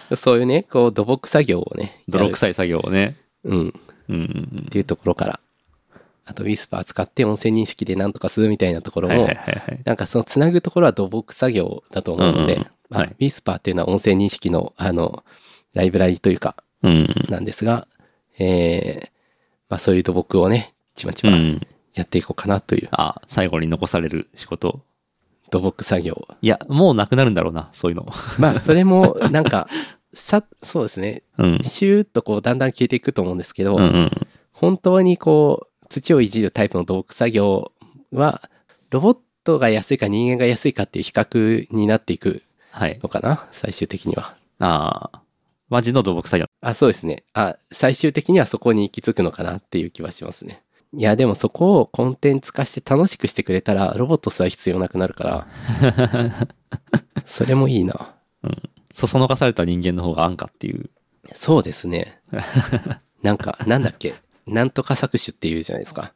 [SPEAKER 2] ど、そういうね、こう、土木作業をね、やる
[SPEAKER 1] 泥臭い作業をね。
[SPEAKER 2] うん、
[SPEAKER 1] うん
[SPEAKER 2] っ。ていうところから、あと、ウィスパー使って音声認識でなんとかするみたいなところ
[SPEAKER 1] はいはい
[SPEAKER 2] も
[SPEAKER 1] はい、はい。
[SPEAKER 2] なんかそのつなぐところは土木作業だと思うの
[SPEAKER 1] うんうん
[SPEAKER 2] で、ま
[SPEAKER 1] は
[SPEAKER 2] あ
[SPEAKER 1] い
[SPEAKER 2] ウィスパーっていうのは音声認識の、あの、ライブラリというか、
[SPEAKER 1] うん。
[SPEAKER 2] なんですが、えーまあそういう土木をね、ちまち
[SPEAKER 1] う
[SPEAKER 2] ま
[SPEAKER 1] ん。
[SPEAKER 2] やっていこうかなという
[SPEAKER 1] あ、最後に残される仕事。
[SPEAKER 2] 土木作業。
[SPEAKER 1] いや、もうなくなるんだろうな、そういうの。
[SPEAKER 2] まあそれ もなんか、さ、そうですね、
[SPEAKER 1] うん。
[SPEAKER 2] シューッとこうだんだん消えていくと思うんですけど、
[SPEAKER 1] うんうん。
[SPEAKER 2] 本当にこう土をいじるタイプの土木作業は、ロボットが安いか人間が安いかっていう比較になっていく
[SPEAKER 1] はい。
[SPEAKER 2] のかな、最終的には。
[SPEAKER 1] ああ。マジの土木作業。
[SPEAKER 2] あ、そうですね。あ、最終的にはそこに行き着くのかなっていう気はしますね。いや、でもそこをコンテンツ化して楽しくしてくれたら、ロボットすら必要なくなるから、それもいいな。
[SPEAKER 1] そそのかされた人間の方が安価っていう。
[SPEAKER 2] そうですね。 なんか、なんだっけ、なんとか搾取っていうじゃないですか。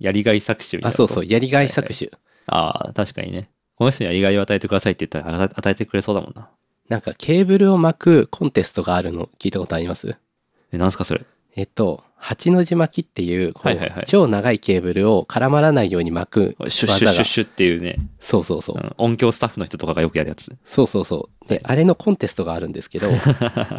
[SPEAKER 1] やりがい搾取みたいな。
[SPEAKER 2] あ、そうそう、。やりがい搾取。
[SPEAKER 1] ああ、確かにね。この人にやりがいを与えてくださいって言ったら与え与えてくれそうだもんな。
[SPEAKER 2] なんか、ケーブルを巻くコンテストがあるの聞いたことあります
[SPEAKER 1] え、なんすかそれ。
[SPEAKER 2] えっと、八の字巻きっていう、こう
[SPEAKER 1] はいはいはい
[SPEAKER 2] 超長いケーブルを絡まらないように巻く
[SPEAKER 1] シュッシュッシュ
[SPEAKER 2] 技
[SPEAKER 1] ッ
[SPEAKER 2] が。
[SPEAKER 1] シュッっていうね、
[SPEAKER 2] そうそうそう
[SPEAKER 1] う。ん音響スタッフの人とかがよくやるやつ。
[SPEAKER 2] そうそうそう。で、あれのコンテストがあるんで すけど、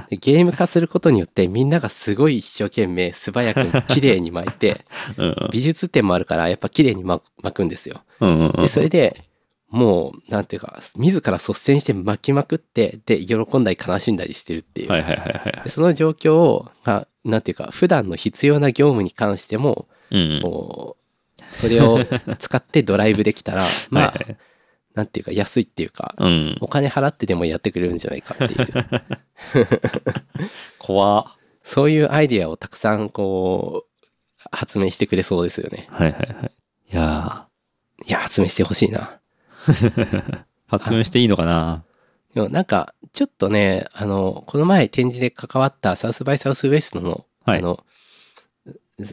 [SPEAKER 2] でゲーム化することによってみんながすごい一生懸命素早く綺麗に巻 いて、
[SPEAKER 1] うん。
[SPEAKER 2] 美術展もあるからやっぱ綺麗に巻く巻くんですよ。
[SPEAKER 1] うんうんう
[SPEAKER 2] で、
[SPEAKER 1] ん。
[SPEAKER 2] それで、もう、なんていうか、自ら率先して巻きまくって、で、喜んだり悲しんだりしてるっていう。
[SPEAKER 1] はいはいはいはい。
[SPEAKER 2] でその状況を、が、なんていうか、普段の必要な業務に関しても、
[SPEAKER 1] うんうん。
[SPEAKER 2] こう、それを使ってドライブできたら、まあ、
[SPEAKER 1] はいはい
[SPEAKER 2] なんていうか、安いっていうか、
[SPEAKER 1] うん。
[SPEAKER 2] お金払ってでもやってくれるんじゃないかっていう、
[SPEAKER 1] 怖っ
[SPEAKER 2] そういうアイディアをたくさんこう、発明してくれそうですよね。
[SPEAKER 1] はいはいはい。いや
[SPEAKER 2] いや、発明してほしいな。
[SPEAKER 1] ー発明していいのかな
[SPEAKER 2] でもなんか、ちょっとね、あの、この前展示で関わったサウスバイサウスウエストの、
[SPEAKER 1] はい
[SPEAKER 2] あの、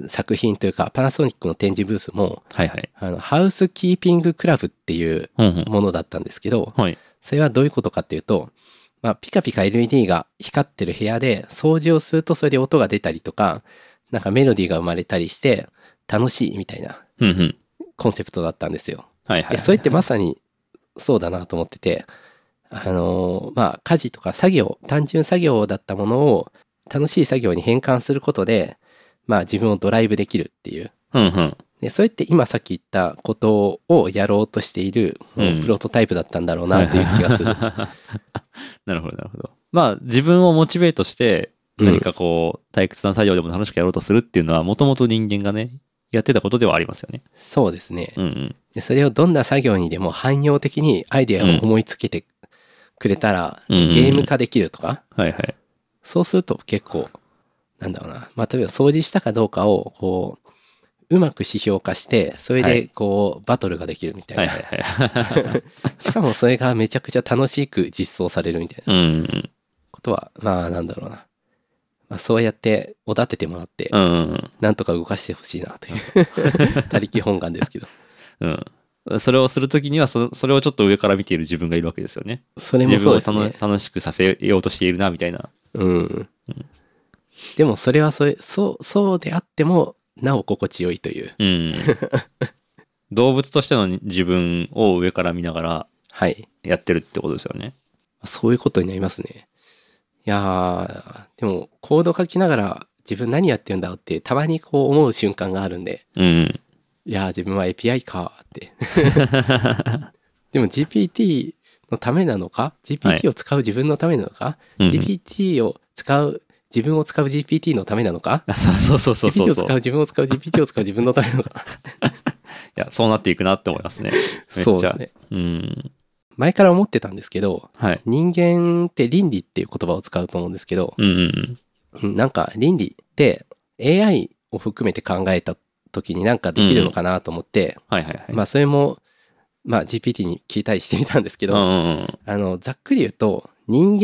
[SPEAKER 2] 作品というか、パナソニックの展示ブースも、
[SPEAKER 1] はいはい。
[SPEAKER 2] あの、ハウスキーピングクラブっていう
[SPEAKER 1] うんうん。
[SPEAKER 2] ものだったんですけど、
[SPEAKER 1] はい。
[SPEAKER 2] それはどういうことかっていうと、まあ、ピカピカ LED が光ってる部屋で掃除をするとそれで音が出たりとか、なんかメロディーが生まれたりして楽しいみたいな
[SPEAKER 1] うんうん。
[SPEAKER 2] コンセプトだったんですよ。
[SPEAKER 1] はいはい。
[SPEAKER 2] でそれってまさにそうだなと思ってて、あのーまあ家事とか作業、単純作業だったものを楽しい作業に変換することで、まあ自分をドライブできるっていう。
[SPEAKER 1] うんうん。
[SPEAKER 2] で、それって今さっき言ったことをやろうとしている、もう
[SPEAKER 1] うん
[SPEAKER 2] プロトタイプだったんだろうなという気 がする。
[SPEAKER 1] なるほどなるほど。まあ自分をモチベートして
[SPEAKER 2] うん
[SPEAKER 1] 何かこう退屈な作業でも楽しくやろうとするっていうのはもともと人間がね、やってたことではありますよね。
[SPEAKER 2] そうですね。
[SPEAKER 1] うんうん。
[SPEAKER 2] でそれをどんな作業にでも汎用的にアイデアを思いつけてくれたら、
[SPEAKER 1] うんうんうん
[SPEAKER 2] ゲーム化できるとか、
[SPEAKER 1] はいはい。
[SPEAKER 2] そうすると結構、なんだろうな、まあ、例えば掃除したかどうかを、こう、うまく指標化して、それ
[SPEAKER 1] は
[SPEAKER 2] で
[SPEAKER 1] い
[SPEAKER 2] こう、バトルができるみたいな。
[SPEAKER 1] はいはいはい。
[SPEAKER 2] しかもそれがめちゃくちゃ楽しく実装されるみたいな
[SPEAKER 1] うんうん。
[SPEAKER 2] ことは、まあなんだろうな。まあそうやっておだててもらって、
[SPEAKER 1] うんうん
[SPEAKER 2] なんとか動かしてほしいなという、 他力本願ですけど。
[SPEAKER 1] うん。うん。それをするときにはそ、それをちょっと上から見ている自分がいるわけですよね。
[SPEAKER 2] それ
[SPEAKER 1] 自
[SPEAKER 2] も
[SPEAKER 1] 分
[SPEAKER 2] そう
[SPEAKER 1] を
[SPEAKER 2] です
[SPEAKER 1] たの
[SPEAKER 2] ね。
[SPEAKER 1] 楽しくさせようとしているな、みたいな。
[SPEAKER 2] うん。でもそれはそれ、そう、そうであっても、なお心地よいという。
[SPEAKER 1] うん。動物としての自分を上から見ながら
[SPEAKER 2] はい。
[SPEAKER 1] やってるってことですよね。
[SPEAKER 2] そういうことになりますね。いやー、でも、コード書きながら自分何やってるんだろうって、たまにこう思う瞬間があるんで、
[SPEAKER 1] うん。
[SPEAKER 2] いやー、自分は API かーって。 でも GPT のためなのか
[SPEAKER 1] はい
[SPEAKER 2] ?GPT を使う自分のためなのか、
[SPEAKER 1] うん
[SPEAKER 2] ?GPT を使う、自分を使う GPT のためなのか
[SPEAKER 1] あそうそうそうそう
[SPEAKER 2] ?GPT を
[SPEAKER 1] そう。
[SPEAKER 2] 使
[SPEAKER 1] い
[SPEAKER 2] う自分を使う GPT を使う自分のためなの か
[SPEAKER 1] や、そうなっていくなって思い ますね。めっち
[SPEAKER 2] そうで
[SPEAKER 1] ゃ
[SPEAKER 2] すね。。
[SPEAKER 1] うん。
[SPEAKER 2] 前から思ってたんですけど、
[SPEAKER 1] はい。
[SPEAKER 2] 人間って倫理っていう言葉を使うと思うんですけど、
[SPEAKER 1] うんうん
[SPEAKER 2] うんなんか倫理って AI を含めて考えた時になんかできるのかなと思って、
[SPEAKER 1] はいはいはい。
[SPEAKER 2] まあそれも、まあ GPT に聞いたりしてみたんですけど、
[SPEAKER 1] うん
[SPEAKER 2] あの、ざっくり言うと、人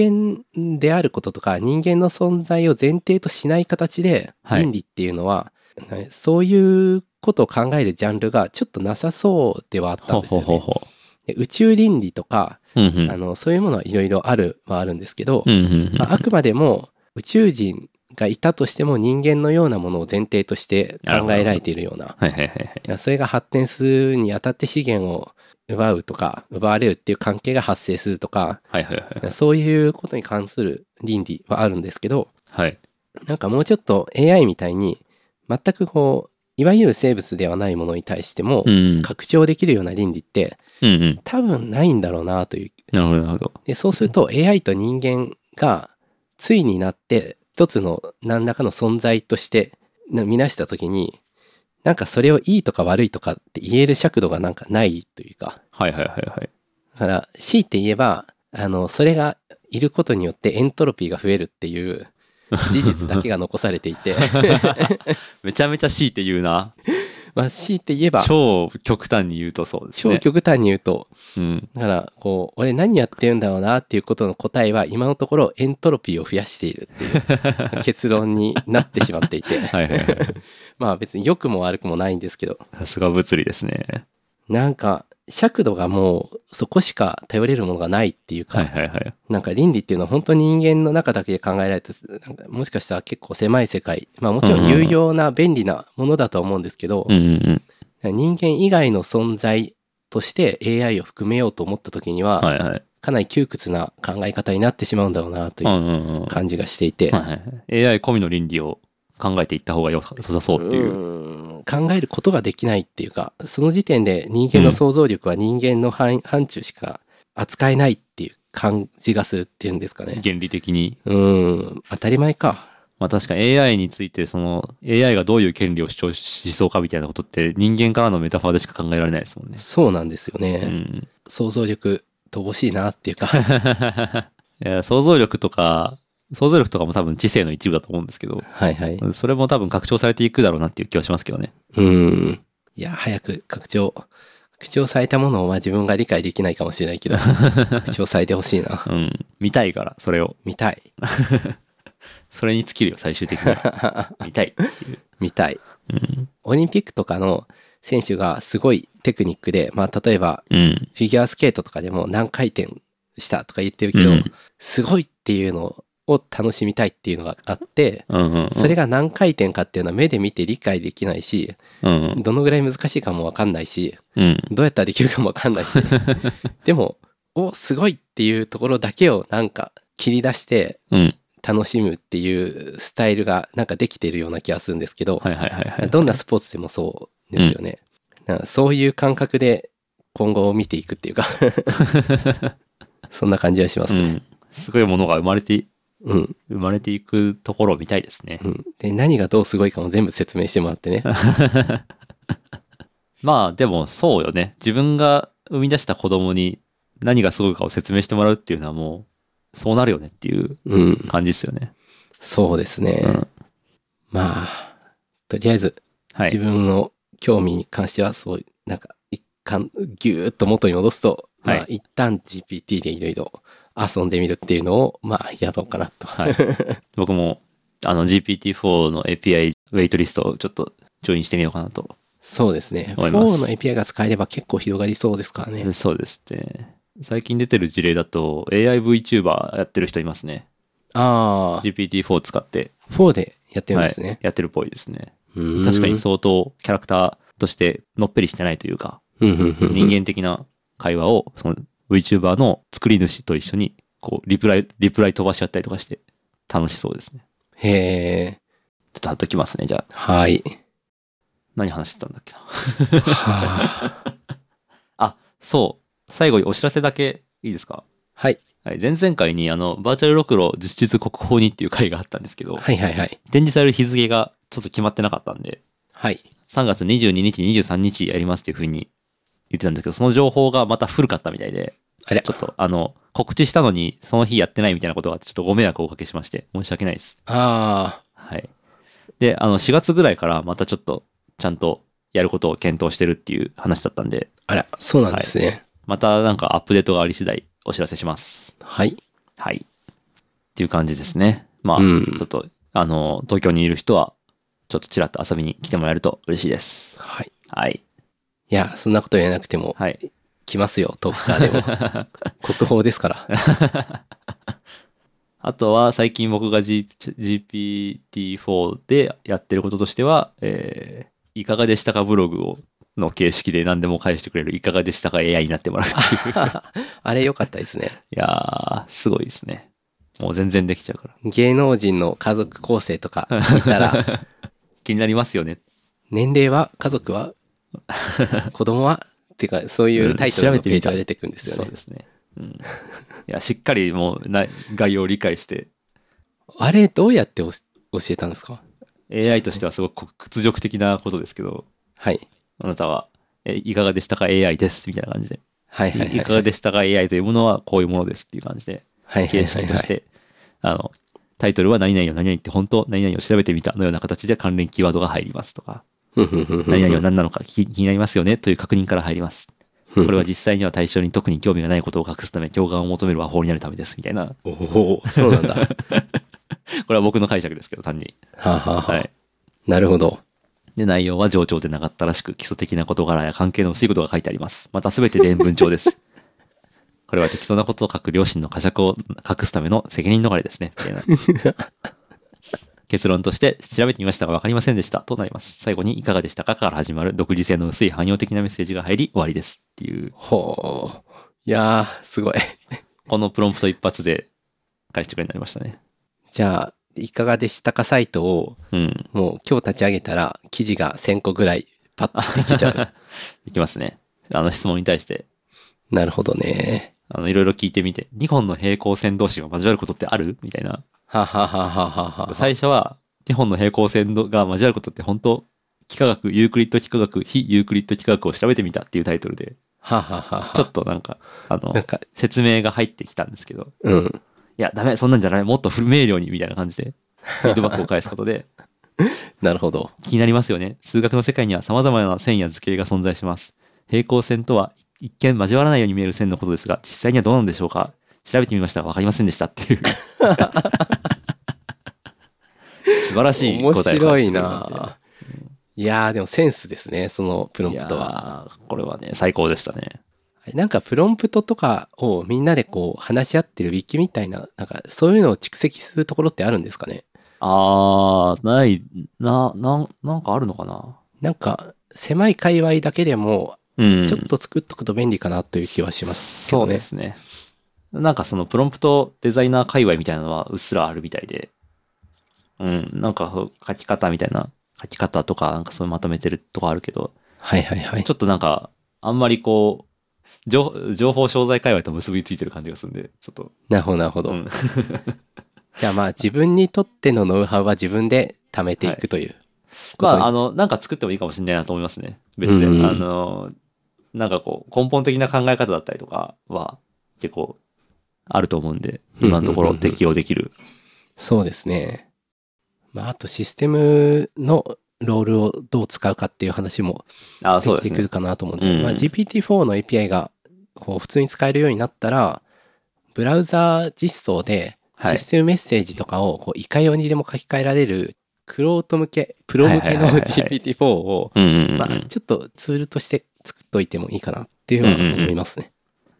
[SPEAKER 2] 間であることとか、人間の存在を前提としない形で、
[SPEAKER 1] はい
[SPEAKER 2] 倫理っていうのは、ねそういうことを考えるジャンルがちょっとなさそうではあっ
[SPEAKER 1] ほ
[SPEAKER 2] た
[SPEAKER 1] うん
[SPEAKER 2] です
[SPEAKER 1] ほう
[SPEAKER 2] よ
[SPEAKER 1] ほう
[SPEAKER 2] ね。
[SPEAKER 1] ほ
[SPEAKER 2] で宇宙倫理とか、
[SPEAKER 1] う。うんうん。
[SPEAKER 2] あの、そういうものはいろいろあるはあるんですけど、
[SPEAKER 1] うんうんうん
[SPEAKER 2] まああくまでも宇宙人がいたとしても人間のようなものを前提として考えられているような
[SPEAKER 1] はいはいはいはい。
[SPEAKER 2] いやそれが発展するにあたって資源を奪うとか奪われるっていう関係が発生するとか
[SPEAKER 1] はいはいはい
[SPEAKER 2] いやそういうことに関する倫理はあるんですけど
[SPEAKER 1] はい。
[SPEAKER 2] なんかもうちょっと AI みたいに全くこういわゆる生物ではないものに対しても
[SPEAKER 1] うんうん。
[SPEAKER 2] 拡張できるような倫理って
[SPEAKER 1] うんうん。
[SPEAKER 2] 多分ないんだろうなという
[SPEAKER 1] なるほどなるほど。
[SPEAKER 2] でそうすると AI と人間がついになって一つの何らかの存在としてな見なした時になんかそれをいいとか悪いとかって言える尺度がなんかないというか
[SPEAKER 1] はいはいはいはい。
[SPEAKER 2] だから強いて言えばあのそれがいることによってエントロピーが増えるっていう事実だけが残されて いて
[SPEAKER 1] めちゃめちゃ強いて言うな。
[SPEAKER 2] まあ強いて言えば
[SPEAKER 1] 超極端に言うとそうです
[SPEAKER 2] 超
[SPEAKER 1] ね。
[SPEAKER 2] 極端に言うと
[SPEAKER 1] うん。
[SPEAKER 2] だからこう俺何やってるんだろうなっていうことの答えは今のところエントロピーを増やしているっていう 結論になってしまっていて
[SPEAKER 1] はいはいはい。
[SPEAKER 2] まあ別に良くも悪くもないんですけど
[SPEAKER 1] さすが物理ですね。
[SPEAKER 2] なんか尺度がもうそこしか頼れるものがないっていうか、
[SPEAKER 1] はいはい はい。
[SPEAKER 2] なんか倫理っていうのは本当に人間の中だけで考えられてなんかもしかしたら結構狭い世界まあもちろん有用な便利なものだとは思うんですけど
[SPEAKER 1] う、んうんうん。
[SPEAKER 2] 人間以外の存在として AI を含めようと思った時には、
[SPEAKER 1] はいはい。
[SPEAKER 2] かなり窮屈な考え方になってしまうんだろうなと
[SPEAKER 1] う
[SPEAKER 2] いうん
[SPEAKER 1] うんうん。
[SPEAKER 2] 感じがしていて、
[SPEAKER 1] はいはい、AI 込みの倫理を考えていった方がよさ良さそうっていう。
[SPEAKER 2] うーん考えることができないっていうかその時点で人間の想像力は人間の範囲範疇しか扱えないっていう感じがするっていうんですかね
[SPEAKER 1] 原理的に。
[SPEAKER 2] うーん当たり前か
[SPEAKER 1] まあ確かに AI について、その AI がどういう権利を主張しそうかみたいなことって人間からのメタファーでしか考えられないですもんね。
[SPEAKER 2] そうなんですよね、
[SPEAKER 1] うん。
[SPEAKER 2] 想像力乏しいなっていうか
[SPEAKER 1] いや想像力とか、想像力とかも多分知性の一部だと思うんですけど、
[SPEAKER 2] はいはい
[SPEAKER 1] それも多分拡張されていくだろうなっていう気はしますけどね。
[SPEAKER 2] うーんいや早く拡張拡張されたものをまあ自分が理解できないかもしれない けど拡張されてほしいな
[SPEAKER 1] うん。見たいから、それを。
[SPEAKER 2] 見たい
[SPEAKER 1] それに尽きるよ、最終的には。見 たいっていう。
[SPEAKER 2] みたい
[SPEAKER 1] うん。
[SPEAKER 2] オリンピックとかの選手がすごいテクニックで、まあ、例えば
[SPEAKER 1] うん。
[SPEAKER 2] フィギュアスケートとかでも何回転したとか言ってるけど、
[SPEAKER 1] うん
[SPEAKER 2] すごいっていうのを楽しみたいっていうのがあって、
[SPEAKER 1] うんうんうん。
[SPEAKER 2] それが何回転かっていうのは目で見て理解できないし、
[SPEAKER 1] うんうん。
[SPEAKER 2] どのぐらい難しいかもわかんないし、
[SPEAKER 1] うん。
[SPEAKER 2] どうやったらできるかもわかんな いし、でも、お、すごいっていうところだけをなんか切り出して
[SPEAKER 1] うん。
[SPEAKER 2] 楽しむっていうスタイルがなんかできてるような気がするんですけど、
[SPEAKER 1] はいはいはいはい。
[SPEAKER 2] どんなスポーツでもそうですよね。だからそういう感覚で今後を見ていくっていうかそんな感じはします
[SPEAKER 1] う
[SPEAKER 2] ね。
[SPEAKER 1] ん、すごいものが生まれてい、
[SPEAKER 2] うん、うん
[SPEAKER 1] 生まれていくところを見たいですね。
[SPEAKER 2] で、何がどうすごいかも全部説明してもらっ てね。
[SPEAKER 1] まあでもそうよね。自分が生み出した子供に何がすごいかを説明してもらうっていうのはもう、そうなるよねっていう
[SPEAKER 2] うん、
[SPEAKER 1] 感じですよね。
[SPEAKER 2] そうですね。
[SPEAKER 1] うん。
[SPEAKER 2] まあ、とりあえず
[SPEAKER 1] は
[SPEAKER 2] 自
[SPEAKER 1] い。
[SPEAKER 2] 分の興味に関してはそういう、なんか一貫ぎゅーっと元に戻すと、
[SPEAKER 1] はい
[SPEAKER 2] まあ一旦 GPT でいろいろ遊んでみるっていうのをまあやろうかなと。
[SPEAKER 1] はい。 僕も、あの GPT-4 の API ウェイトリストをちょっとジョインしてみようかなと。
[SPEAKER 2] そうですね。
[SPEAKER 1] 思
[SPEAKER 2] 4
[SPEAKER 1] います
[SPEAKER 2] の API が使えれば結構広がりそうですからね。
[SPEAKER 1] そうですね。最近出てる事例だと AIVTuber やってる人いますね。
[SPEAKER 2] ああ、
[SPEAKER 1] GPT-4 使って、
[SPEAKER 2] 4でやってるんです
[SPEAKER 1] はい
[SPEAKER 2] ね。
[SPEAKER 1] やってるっぽいですね。
[SPEAKER 2] うん
[SPEAKER 1] 確かに相当キャラクターとしてのっぺりしてないというか、
[SPEAKER 2] うんうんうんうん
[SPEAKER 1] 人間的な会話をその VTuber の作り主と一緒にこうリプライ、リプライ飛ばし合ったりとかして楽しそうですね。
[SPEAKER 2] へえ、
[SPEAKER 1] ちょっと貼っときますね。じゃあ、
[SPEAKER 2] はい。
[SPEAKER 1] 何話してたんだっけな。
[SPEAKER 2] はあ
[SPEAKER 1] あ、そう。最後にお知らせだけいいですか
[SPEAKER 2] はい。
[SPEAKER 1] はい、前々回にあの、バーチャルロクロ実質国宝にっていう回があったんですけど、
[SPEAKER 2] はいはいはい。
[SPEAKER 1] 展示される日付がちょっと決まってなかったんで、
[SPEAKER 2] はい。
[SPEAKER 1] 3月22日、23日やりますっていうふうに言ってたんですけど、その情報がまた古かったみたいで、
[SPEAKER 2] あれ
[SPEAKER 1] ちょっと、あの、告知したのに、その日やってないみたいなことが、ちょっとご迷惑をおかけしまして、申し訳ないです。
[SPEAKER 2] ああ、
[SPEAKER 1] はい。で、あの、4月ぐらいからまたちょっと、ちゃんとやることを検討してるっていう話だったんで、
[SPEAKER 2] あら、そうなんですね。
[SPEAKER 1] またなんかアップデートがあり次第お知らせします。
[SPEAKER 2] はい。
[SPEAKER 1] はい。っていう感じですね。まあ、
[SPEAKER 2] うん
[SPEAKER 1] ちょっと、あの、東京にいる人は、ちょっとちらっと遊びに来てもらえると嬉しいです。
[SPEAKER 2] はい。
[SPEAKER 1] はい。
[SPEAKER 2] いや、そんなこと言えなくても、
[SPEAKER 1] はい。
[SPEAKER 2] 来ますよ、トークカーでも。 国宝ですから。
[SPEAKER 1] あとは、最近僕が G- GPT-4 でやってることとしては、えーいかがでしたかブログを、の形式で何でも返してくれる、いかがでしたか AI になってもらうって いう。
[SPEAKER 2] あれ良かったですね。
[SPEAKER 1] いやー、すごいですね。もう全然できちゃうから。
[SPEAKER 2] 芸能人の家族構成とか聞いたら、
[SPEAKER 1] 気になりますよね。
[SPEAKER 2] 年齢は家族 は子供はっていうか、そういうタイトルのページが出てくるんですよ
[SPEAKER 1] そう
[SPEAKER 2] ね
[SPEAKER 1] で。すね。うん。いや、しっかりもうな概要を理解して、
[SPEAKER 2] あれ、どうやっておし教えたんですか
[SPEAKER 1] AI としてはすごく屈辱的なことですけど、
[SPEAKER 2] はい。
[SPEAKER 1] あなたは、え、いかがでしたか AI です、みたいな感じで。
[SPEAKER 2] はいはい
[SPEAKER 1] い
[SPEAKER 2] はい。
[SPEAKER 1] いかがでしたか AI というものはこういうものですっていう感じで、
[SPEAKER 2] はいはい
[SPEAKER 1] 形
[SPEAKER 2] はい
[SPEAKER 1] 式
[SPEAKER 2] は
[SPEAKER 1] とし
[SPEAKER 2] い。
[SPEAKER 1] て、あの、タイトルは何々を何々って本当、何々を調べてみたのような形で関連キーワードが入りますとか、
[SPEAKER 2] ふんふんふんふん
[SPEAKER 1] 何々は何なのか気気になりますよねという確認から入ります。これは実際には対象に特に興味がないことを隠すため、共感を求める和法になるためです、みたいな。
[SPEAKER 2] おお、そうなんだ。は
[SPEAKER 1] これは僕の解釈ですけど、単に。
[SPEAKER 2] あはあはあ
[SPEAKER 1] はい。
[SPEAKER 2] なるほど。
[SPEAKER 1] で、内容は上長でなかったらしく、基礎的な事柄や関係の薄いことが書いてあります。また全て伝文帳です。 これは適当なことを書く両親の呵責を隠すための責任逃れですね。みたいな結論として、調べてみましたが分かりませんでした。となります。最後に、いかがでしたかから始まる独自性の薄い汎用的なメッセージが入り、終わりです。っていう、
[SPEAKER 2] ほう。いやー、すごい。
[SPEAKER 1] このプロンプト一発で返してくれになりましたね。
[SPEAKER 2] じゃあ、いかがでしたかサイトを、
[SPEAKER 1] うん。
[SPEAKER 2] もう今日立ち上げたら、記事が1000個ぐらいパッとできち ゃう。
[SPEAKER 1] いきますね。あの質問に対して、
[SPEAKER 2] なるほどね。
[SPEAKER 1] あの、いろいろ聞いてみて、2本の平行線同士が交わることってあるみたいな。
[SPEAKER 2] はあはあはあはあはあはあ。
[SPEAKER 1] 最初は、2本の平行線どが交わることって本当、幾何学、ユークリッド幾何学、非ユークリッド幾何学を調べてみたっていうタイトルで、
[SPEAKER 2] はあはあはあはあ
[SPEAKER 1] ちょっとなんか、あの
[SPEAKER 2] なん、か、
[SPEAKER 1] 説明が入ってきたんですけど、
[SPEAKER 2] うん。
[SPEAKER 1] いや、ダメ、そんなんじゃない、もっと不明瞭に、みたいな感じで、フィードバックを返すことで、
[SPEAKER 2] なるほど。
[SPEAKER 1] 気になりますよね。数学の世界には様々な線や図形が存在します。平行線とは一見交わらないように見える線のことですが、実際にはどうなんでしょうか調べてみましたが分かりませんでした っていう。素晴らしい答えを
[SPEAKER 2] 面
[SPEAKER 1] 返して
[SPEAKER 2] 白い
[SPEAKER 1] くれるんで
[SPEAKER 2] な。いやー、でもセンスですね、そのプロンプトは。
[SPEAKER 1] いやーこれはね、最高でしたね。
[SPEAKER 2] なんかプロンプトとかをみんなでこう話し合ってるウィキみたいな、なんかそういうのを蓄積するところってあるんですかね
[SPEAKER 1] あー、ない、な、なん、なんかあるのかな
[SPEAKER 2] なんか狭い界隈だけでも
[SPEAKER 1] うん。
[SPEAKER 2] ちょっと作っとくと便利かなという気はしますけ
[SPEAKER 1] そ
[SPEAKER 2] ど
[SPEAKER 1] う
[SPEAKER 2] ね。
[SPEAKER 1] ですね。なんかそのプロンプトデザイナー界隈みたいなのはうっすらあるみたいで、うん、なんかそう書き方みたいな、書き方とかなんかそういうまとめてるとこあるけど、
[SPEAKER 2] はいはいはい
[SPEAKER 1] ち。ょっとなんか、あんまりこう、情情報商材界隈と結びついてる感じがするんで、ちょっと、
[SPEAKER 2] なるほどなるほど。
[SPEAKER 1] うん、
[SPEAKER 2] じゃあまあ自分にとってのノウハウは自分で貯めていくという。
[SPEAKER 1] まあ、あ
[SPEAKER 2] の、
[SPEAKER 1] の、なんか作ってもいいかもしれないなと思いますね。別で。
[SPEAKER 2] うん
[SPEAKER 1] あの、なんかこう、根本的な考え方だったりとかは、結構、あると思うんで、今のところ適用できる
[SPEAKER 2] そうですね。まああとシステムのロールをどう使うかっていう話も
[SPEAKER 1] あそう
[SPEAKER 2] で
[SPEAKER 1] です
[SPEAKER 2] きてく
[SPEAKER 1] ね
[SPEAKER 2] る。かなと思うん
[SPEAKER 1] う
[SPEAKER 2] で、
[SPEAKER 1] ん
[SPEAKER 2] まあ、GPT-4 の API がこう普通に使えるようになったら、ブラウザー実装で
[SPEAKER 1] はい
[SPEAKER 2] システムメッセージとかをこういかようにでも書き換えられる、クロート向け、プロ向け
[SPEAKER 1] はいはい
[SPEAKER 2] の
[SPEAKER 1] はいはい
[SPEAKER 2] GPT-4 を、
[SPEAKER 1] うんうんうんうん
[SPEAKER 2] まあ、ちょっとツールとして作っといてもいいかなっていうのは思いますね。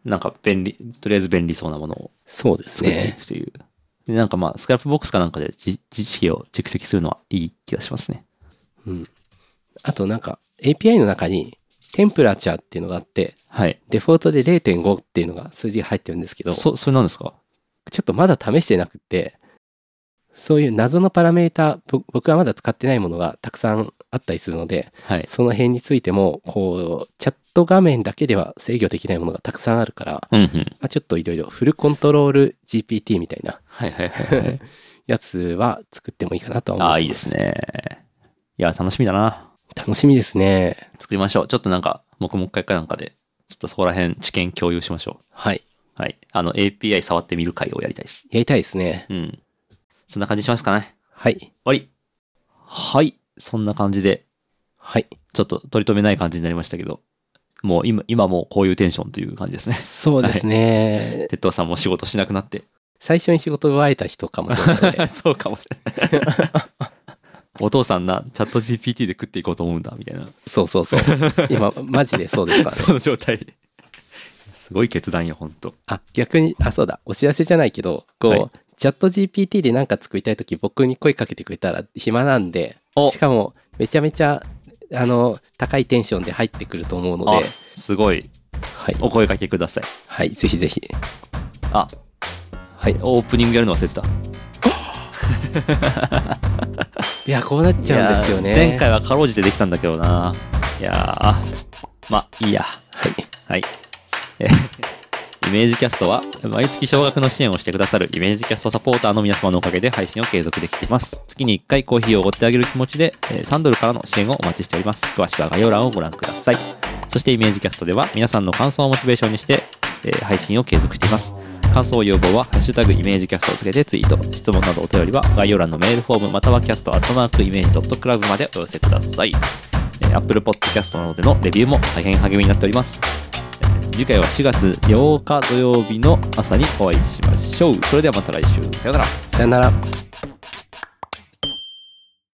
[SPEAKER 1] なんか便利、とりあえず便利そうなものを
[SPEAKER 2] そうです
[SPEAKER 1] 作ってい
[SPEAKER 2] ね。
[SPEAKER 1] くという。でなんかまあ、スクラップボックスかなんかで知知識を蓄積するのはいい気がしますね。
[SPEAKER 2] うん。あとなんか API の中にテンプラチャーっていうのがあって、
[SPEAKER 1] はい。
[SPEAKER 2] デフォルトで0.5っていうのが数字が入ってるんですけど、
[SPEAKER 1] そ、それなんですか
[SPEAKER 2] ちょっとまだ試してなくて、そういう謎のパラメータ、ぼ僕はまだ使ってないものがたくさんあったりするので、
[SPEAKER 1] はい。
[SPEAKER 2] その辺についても、こう、チャット画面だけでは制御できないものがたくさんあるから、
[SPEAKER 1] うんうん。
[SPEAKER 2] まあ、ちょっといろいろフルコントロール GPT みたいな
[SPEAKER 1] はいはいはいはい。
[SPEAKER 2] やつは作ってもいいかなとは思
[SPEAKER 1] ああ、
[SPEAKER 2] ってます。
[SPEAKER 1] いいです。ね。いや、楽しみだな。
[SPEAKER 2] 楽しみですね。
[SPEAKER 1] 作りましょう。ちょっとなんか、黙々会かなんかで、ちょっとそこら辺知見共有しましょ
[SPEAKER 2] はい。
[SPEAKER 1] う。はい。あの、API 触ってみる会をやりたいです。
[SPEAKER 2] やりたいですね。
[SPEAKER 1] うん。そんな感じしますかね。
[SPEAKER 2] はい。
[SPEAKER 1] 終わり。はい。そんな感じで、
[SPEAKER 2] はい。
[SPEAKER 1] ちょっと取り留めない感じになりましたけど、もう今、今もうこういうテンションという感じ ですね。
[SPEAKER 2] そうですね。
[SPEAKER 1] 鉄塔さんも仕事しなくなって。
[SPEAKER 2] 最初に仕事を奪えた人かもしれないの で
[SPEAKER 1] そうかもしれない。お父さんな、チャット GPT で食っていこうと思うんだ、みたいな。
[SPEAKER 2] そうそうそう。今、マジでそうですからね。
[SPEAKER 1] その状態で。すごい決断よ、ほんと。
[SPEAKER 2] あ、逆に、あ、そうだ、お知らせじゃないけど、こう、
[SPEAKER 1] はい
[SPEAKER 2] チャット GPT でなんか作りたいとき、僕に声かけてくれたら暇なんで
[SPEAKER 1] お、
[SPEAKER 2] しかも、めちゃめちゃ、あの、高いテンションで入ってくると思うの
[SPEAKER 1] あ
[SPEAKER 2] で、、
[SPEAKER 1] すごい。
[SPEAKER 2] はい、
[SPEAKER 1] お声掛けください。
[SPEAKER 2] はい、ぜひぜひ。
[SPEAKER 1] あ、
[SPEAKER 2] はい。
[SPEAKER 1] オープニングやるの忘れてた。
[SPEAKER 2] いや、こうなっちゃうんですよね。
[SPEAKER 1] いやー前回はかろうじてできたんだけどな。いやーまあ、いいや。
[SPEAKER 2] はい。
[SPEAKER 1] はい。え ーイメージキャストは毎月少額の支援をしてくださるイメージキャストサポーターの皆様のおかげで配信を継続できています。月に1回コーヒーをおごってあげる気持ちでえー3ドルからの支援をお待ちしております。詳しくは概要欄をご覧ください。そしてイメージキャストでは皆さんの感想をモチベーションにしてえー配信を継続しています。感想要望は「ハッシュタグイメージキャスト」をつけてツイート質問などお便りは概要欄のメールフォームまたはキャストアットマークイメージドットクラブまでお寄せくださいえー Apple Podcast などでのレビューも大変励みになっておりますえー次回は4月8日土曜日の朝にお会いしましょうそれではまた来週さようなら
[SPEAKER 2] さよなら。